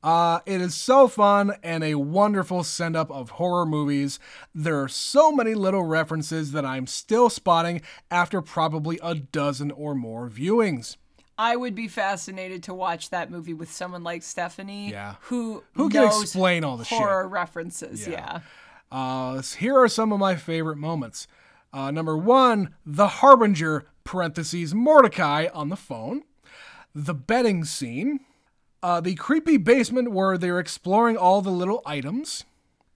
Speaker 1: Uh, it is so fun and a wonderful send up of horror movies. There are so many little references that I'm still spotting after probably a dozen or more viewings.
Speaker 2: I would be fascinated to watch that movie with someone like Stephanie,
Speaker 1: Yeah.
Speaker 2: who
Speaker 1: Who can
Speaker 2: knows
Speaker 1: explain all the
Speaker 2: horror references. yeah.
Speaker 1: shit? Uh, here are some of my favorite moments. Uh, number one, the Harbinger, parentheses, Mordecai on the phone. The betting scene. Uh, the creepy basement where they're exploring all the little items.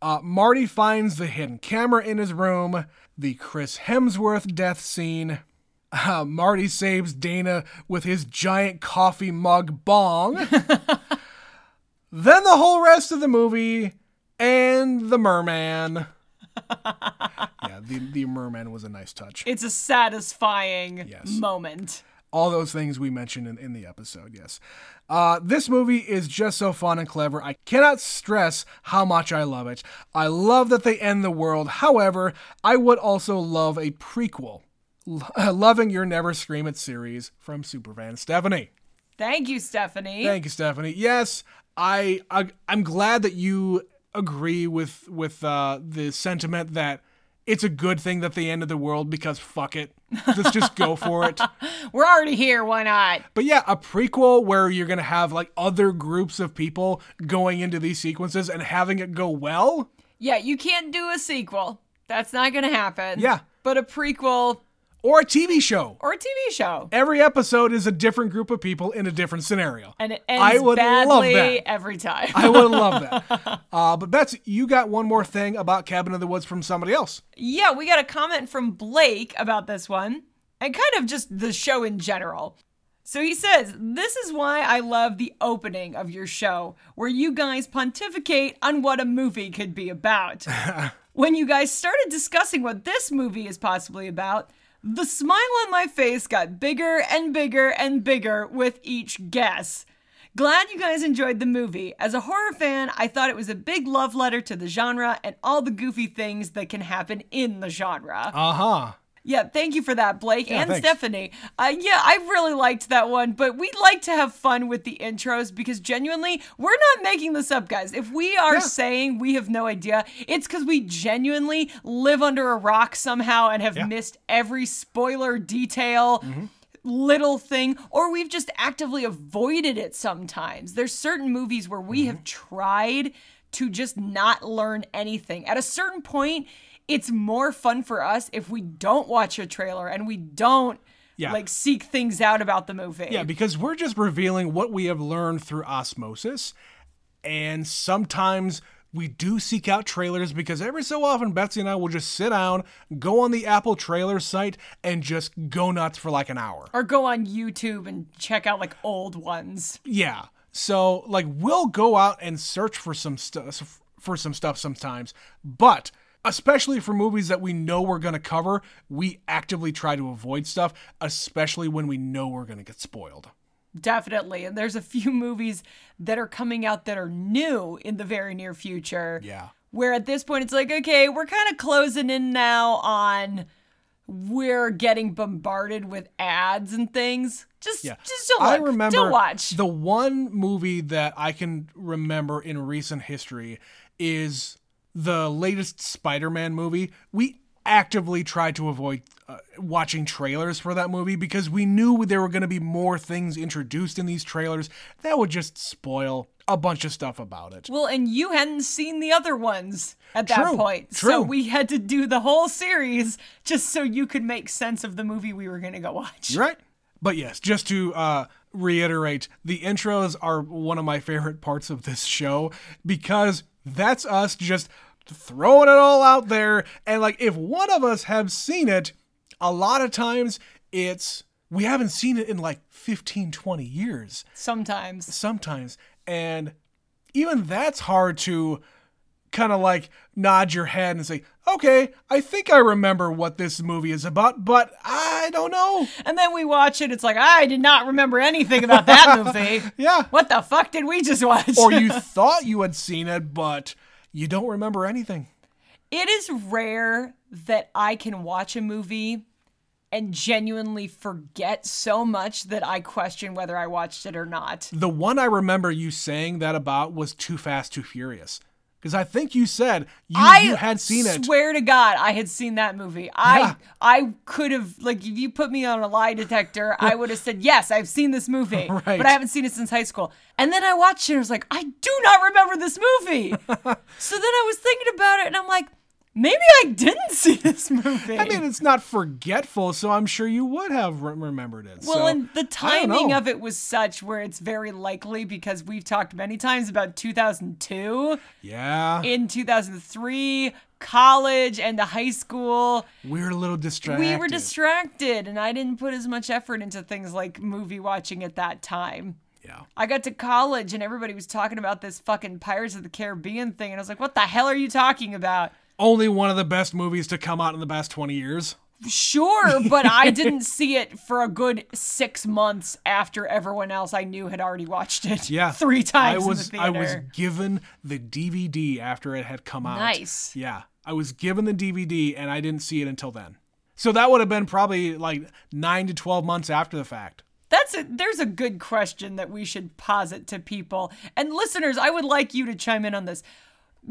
Speaker 1: Uh, Marty finds the hidden camera in his room, the Chris Hemsworth death scene. Uh, Marty saves Dana with his giant coffee mug bong. then the whole rest of the movie and the merman. yeah, the, the merman was a nice touch.
Speaker 2: It's a satisfying
Speaker 1: Yes.
Speaker 2: moment.
Speaker 1: All those things we mentioned in, in the episode, yes. Uh, this movie is just so fun and clever. I cannot stress how much I love it. I love that they end the world. However, I would also love a prequel. L- loving your Never Scream It series from Superfan Stephanie.
Speaker 2: Thank you, Stephanie.
Speaker 1: Thank you, Stephanie. Yes, I, I I'm glad that you agree with with uh, the sentiment that it's a good thing that they ended the world because fuck it, let's just go for it.
Speaker 2: We're already here. Why not?
Speaker 1: But yeah, a prequel where you're gonna have like other groups of people going into these sequences and having it go well.
Speaker 2: Yeah, you can't do a sequel. That's not going to happen.
Speaker 1: Yeah.
Speaker 2: But a prequel
Speaker 1: Or a TV show.
Speaker 2: or a TV show.
Speaker 1: Every episode is a different group of people in a different scenario.
Speaker 2: And it ends
Speaker 1: I would
Speaker 2: badly
Speaker 1: love that.
Speaker 2: every time.
Speaker 1: I would love that. Uh, but Betsy, you got one more thing about Cabin in the Woods from somebody else.
Speaker 2: yeah, we got a comment from Blake about this one and kind of just the show in general. So he says, This is why I love the opening of your show, where you guys pontificate on what a movie could be about. when you guys started discussing what this movie is possibly about, the smile on my face got bigger and bigger and bigger with each guess. Glad you guys enjoyed the movie. As a horror fan, I thought it was a big love letter to the genre and all the goofy things that can happen in the genre.
Speaker 1: Uh huh.
Speaker 2: Yeah, thank you for that, Blake and
Speaker 1: thanks.
Speaker 2: Stephanie. Uh, yeah, I really liked that one, but we like to have fun with the intros because genuinely, we're not making this up, guys. If we are
Speaker 1: Yeah.
Speaker 2: saying we have no idea, it's because we genuinely live under a rock somehow and have
Speaker 1: Yeah. Mm-hmm.
Speaker 2: missed every spoiler detail. Little thing, or we've just actively avoided it sometimes. There's certain movies where we
Speaker 1: Mm-hmm.
Speaker 2: have tried to just not learn anything. At a certain point, it's more fun for us if we don't watch a trailer and we don't
Speaker 1: Yeah.
Speaker 2: like seek things out about the movie.
Speaker 1: Yeah, because we're just revealing what we have learned through osmosis. And sometimes we do seek out trailers because every so often Betsy and I will just sit down, go on the Apple trailer site, and just go nuts for like an hour.
Speaker 2: Or go on YouTube and check out like old ones.
Speaker 1: Yeah. So like we'll go out and search for some stuff for some stuff sometimes, but especially for movies that we know we're going to cover, we actively try to avoid stuff, especially when we know we're going to get spoiled.
Speaker 2: Definitely. And there's a few movies that are coming out that are new in the very near future.
Speaker 1: Yeah.
Speaker 2: Where at this point it's like, okay, we're kind of closing in now on we're getting bombarded with ads and things. Just just don't
Speaker 1: I
Speaker 2: look.
Speaker 1: remember
Speaker 2: don't watch.
Speaker 1: the one movie that I can remember in recent history is the latest Spider-Man movie. We actively tried to avoid uh, watching trailers for that movie because we knew there were going to be more things introduced in these trailers that would just spoil a bunch of stuff about it.
Speaker 2: Well, and you hadn't seen the other ones at that
Speaker 1: True,
Speaker 2: point.
Speaker 1: true.
Speaker 2: So we had to do the whole series just so you could make sense of the movie we were going to go watch.
Speaker 1: You're right. But yes, just to uh, reiterate, the intros are one of my favorite parts of this show because that's us just throwing it all out there. And like, if one of us have seen it, a lot of times it's we haven't seen it in like 15, 20 years
Speaker 2: Sometimes.
Speaker 1: sometimes. And even that's hard to kind of like nod your head and say, okay, I think I remember what this movie is about, but I don't know.
Speaker 2: And then we watch it. It's like, I did not remember anything about that movie.
Speaker 1: Yeah.
Speaker 2: What the fuck did we just watch?
Speaker 1: or you thought you had seen it, but you don't remember anything.
Speaker 2: it is rare that I can watch a movie and genuinely forget so much that I question whether I watched it or not.
Speaker 1: The one I remember you saying that about was Too Fast, Too Furious. Because I think you said you, you had seen it.
Speaker 2: Swear to God, I had seen that movie. I
Speaker 1: Yeah.
Speaker 2: I could have like if you put me on a lie detector, I would have said yes, I've seen this movie,
Speaker 1: Right.
Speaker 2: but I haven't seen it since high school. And then I watched it, and I was like, I do not remember this movie. so then I was thinking about it, and I'm like, maybe I didn't see this movie.
Speaker 1: I mean, it's not forgetful, so I'm sure you would have re- remembered it.
Speaker 2: Well,
Speaker 1: so,
Speaker 2: and the
Speaker 1: I don't
Speaker 2: timing
Speaker 1: know.
Speaker 2: of it was such where it's very likely because we've talked many times about 2002,
Speaker 1: Yeah.
Speaker 2: in 2003, college and the high school.
Speaker 1: we were a little distracted.
Speaker 2: We were distracted, and I didn't put as much effort into things like movie watching at that time.
Speaker 1: Yeah.
Speaker 2: I got to college, and everybody was talking about this fucking Pirates of the Caribbean thing, and I was like, what the hell are you talking about?
Speaker 1: Only one of the best movies to come out in the past 20 years.
Speaker 2: Sure, but I didn't see it for a good six months after everyone else I knew had already watched it.
Speaker 1: Yeah.
Speaker 2: Three times
Speaker 1: I was
Speaker 2: in the theater.
Speaker 1: I was given the DVD after it had come out.
Speaker 2: Nice.
Speaker 1: Yeah. I was given the DVD and I didn't see it until then. So that would have been probably like 9 to 12 months after the fact.
Speaker 2: That's a there's a good question that we should posit to people. And listeners, I would like you to chime in on this.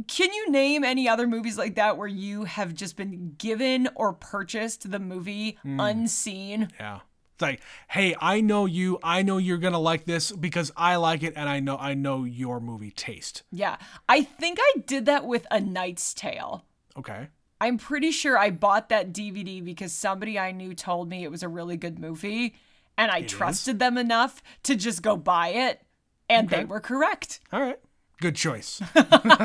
Speaker 2: Can you name any other movies like that where you have just been given or purchased the movie
Speaker 1: Hmm.
Speaker 2: unseen?
Speaker 1: Yeah. It's like, "Hey, I know you. I know you're going to like this because I like it and I know I know your movie taste."
Speaker 2: Yeah. I think I did that with A Knight's Tale.
Speaker 1: Okay.
Speaker 2: I'm pretty sure I bought that DVD because somebody I knew told me it was a really good movie and I trusted them enough to just go buy it and they were correct.
Speaker 1: All right. Good choice.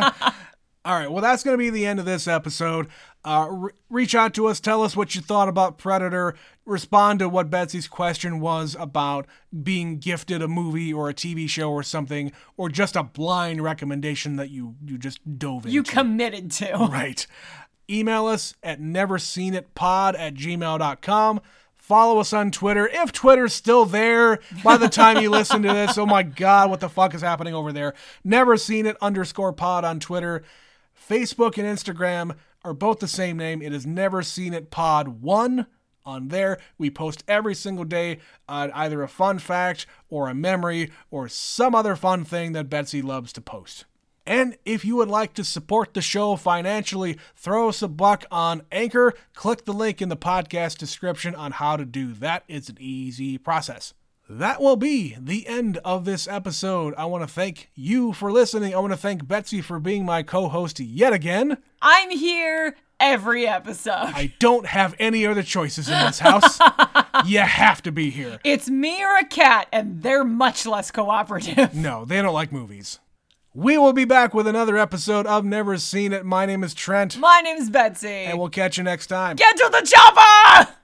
Speaker 1: All right. Well, that's going to be the end of this episode. Uh, re- reach out to us. Tell us what you thought about Predator. Respond to what Betsy's question was about being gifted a movie or a TV show or something, or just a blind recommendation that you you just dove into.
Speaker 2: You committed to.
Speaker 1: Right. Email us at neverseenitpod at gmail.com. Follow us on Twitter if Twitter's still there by the time you listen to this. Oh my God, what the fuck is happening over there? Never seen it underscore pod on Twitter. Facebook and Instagram are both the same name. It is never seen it pod one. on there. We post every single day uh, either a fun fact or a memory or some other fun thing that Betsy loves to post. And if you would like to support the show financially, throw us a buck on Anchor. Click the link in the podcast description on how to do that. It's an easy process. That will be the end of this episode. I want to thank you for listening. I want to thank Betsy for being my co host yet again.
Speaker 2: I'm here every episode.
Speaker 1: I don't have any other choices in this house. you have to be here.
Speaker 2: It's me or a cat, and they're much less cooperative.
Speaker 1: No, they don't like movies. We will be back with another episode of Never Seen It. My name is Trent,
Speaker 2: My name's Betsy.
Speaker 1: and we'll catch you next time.
Speaker 2: Get to the chopper!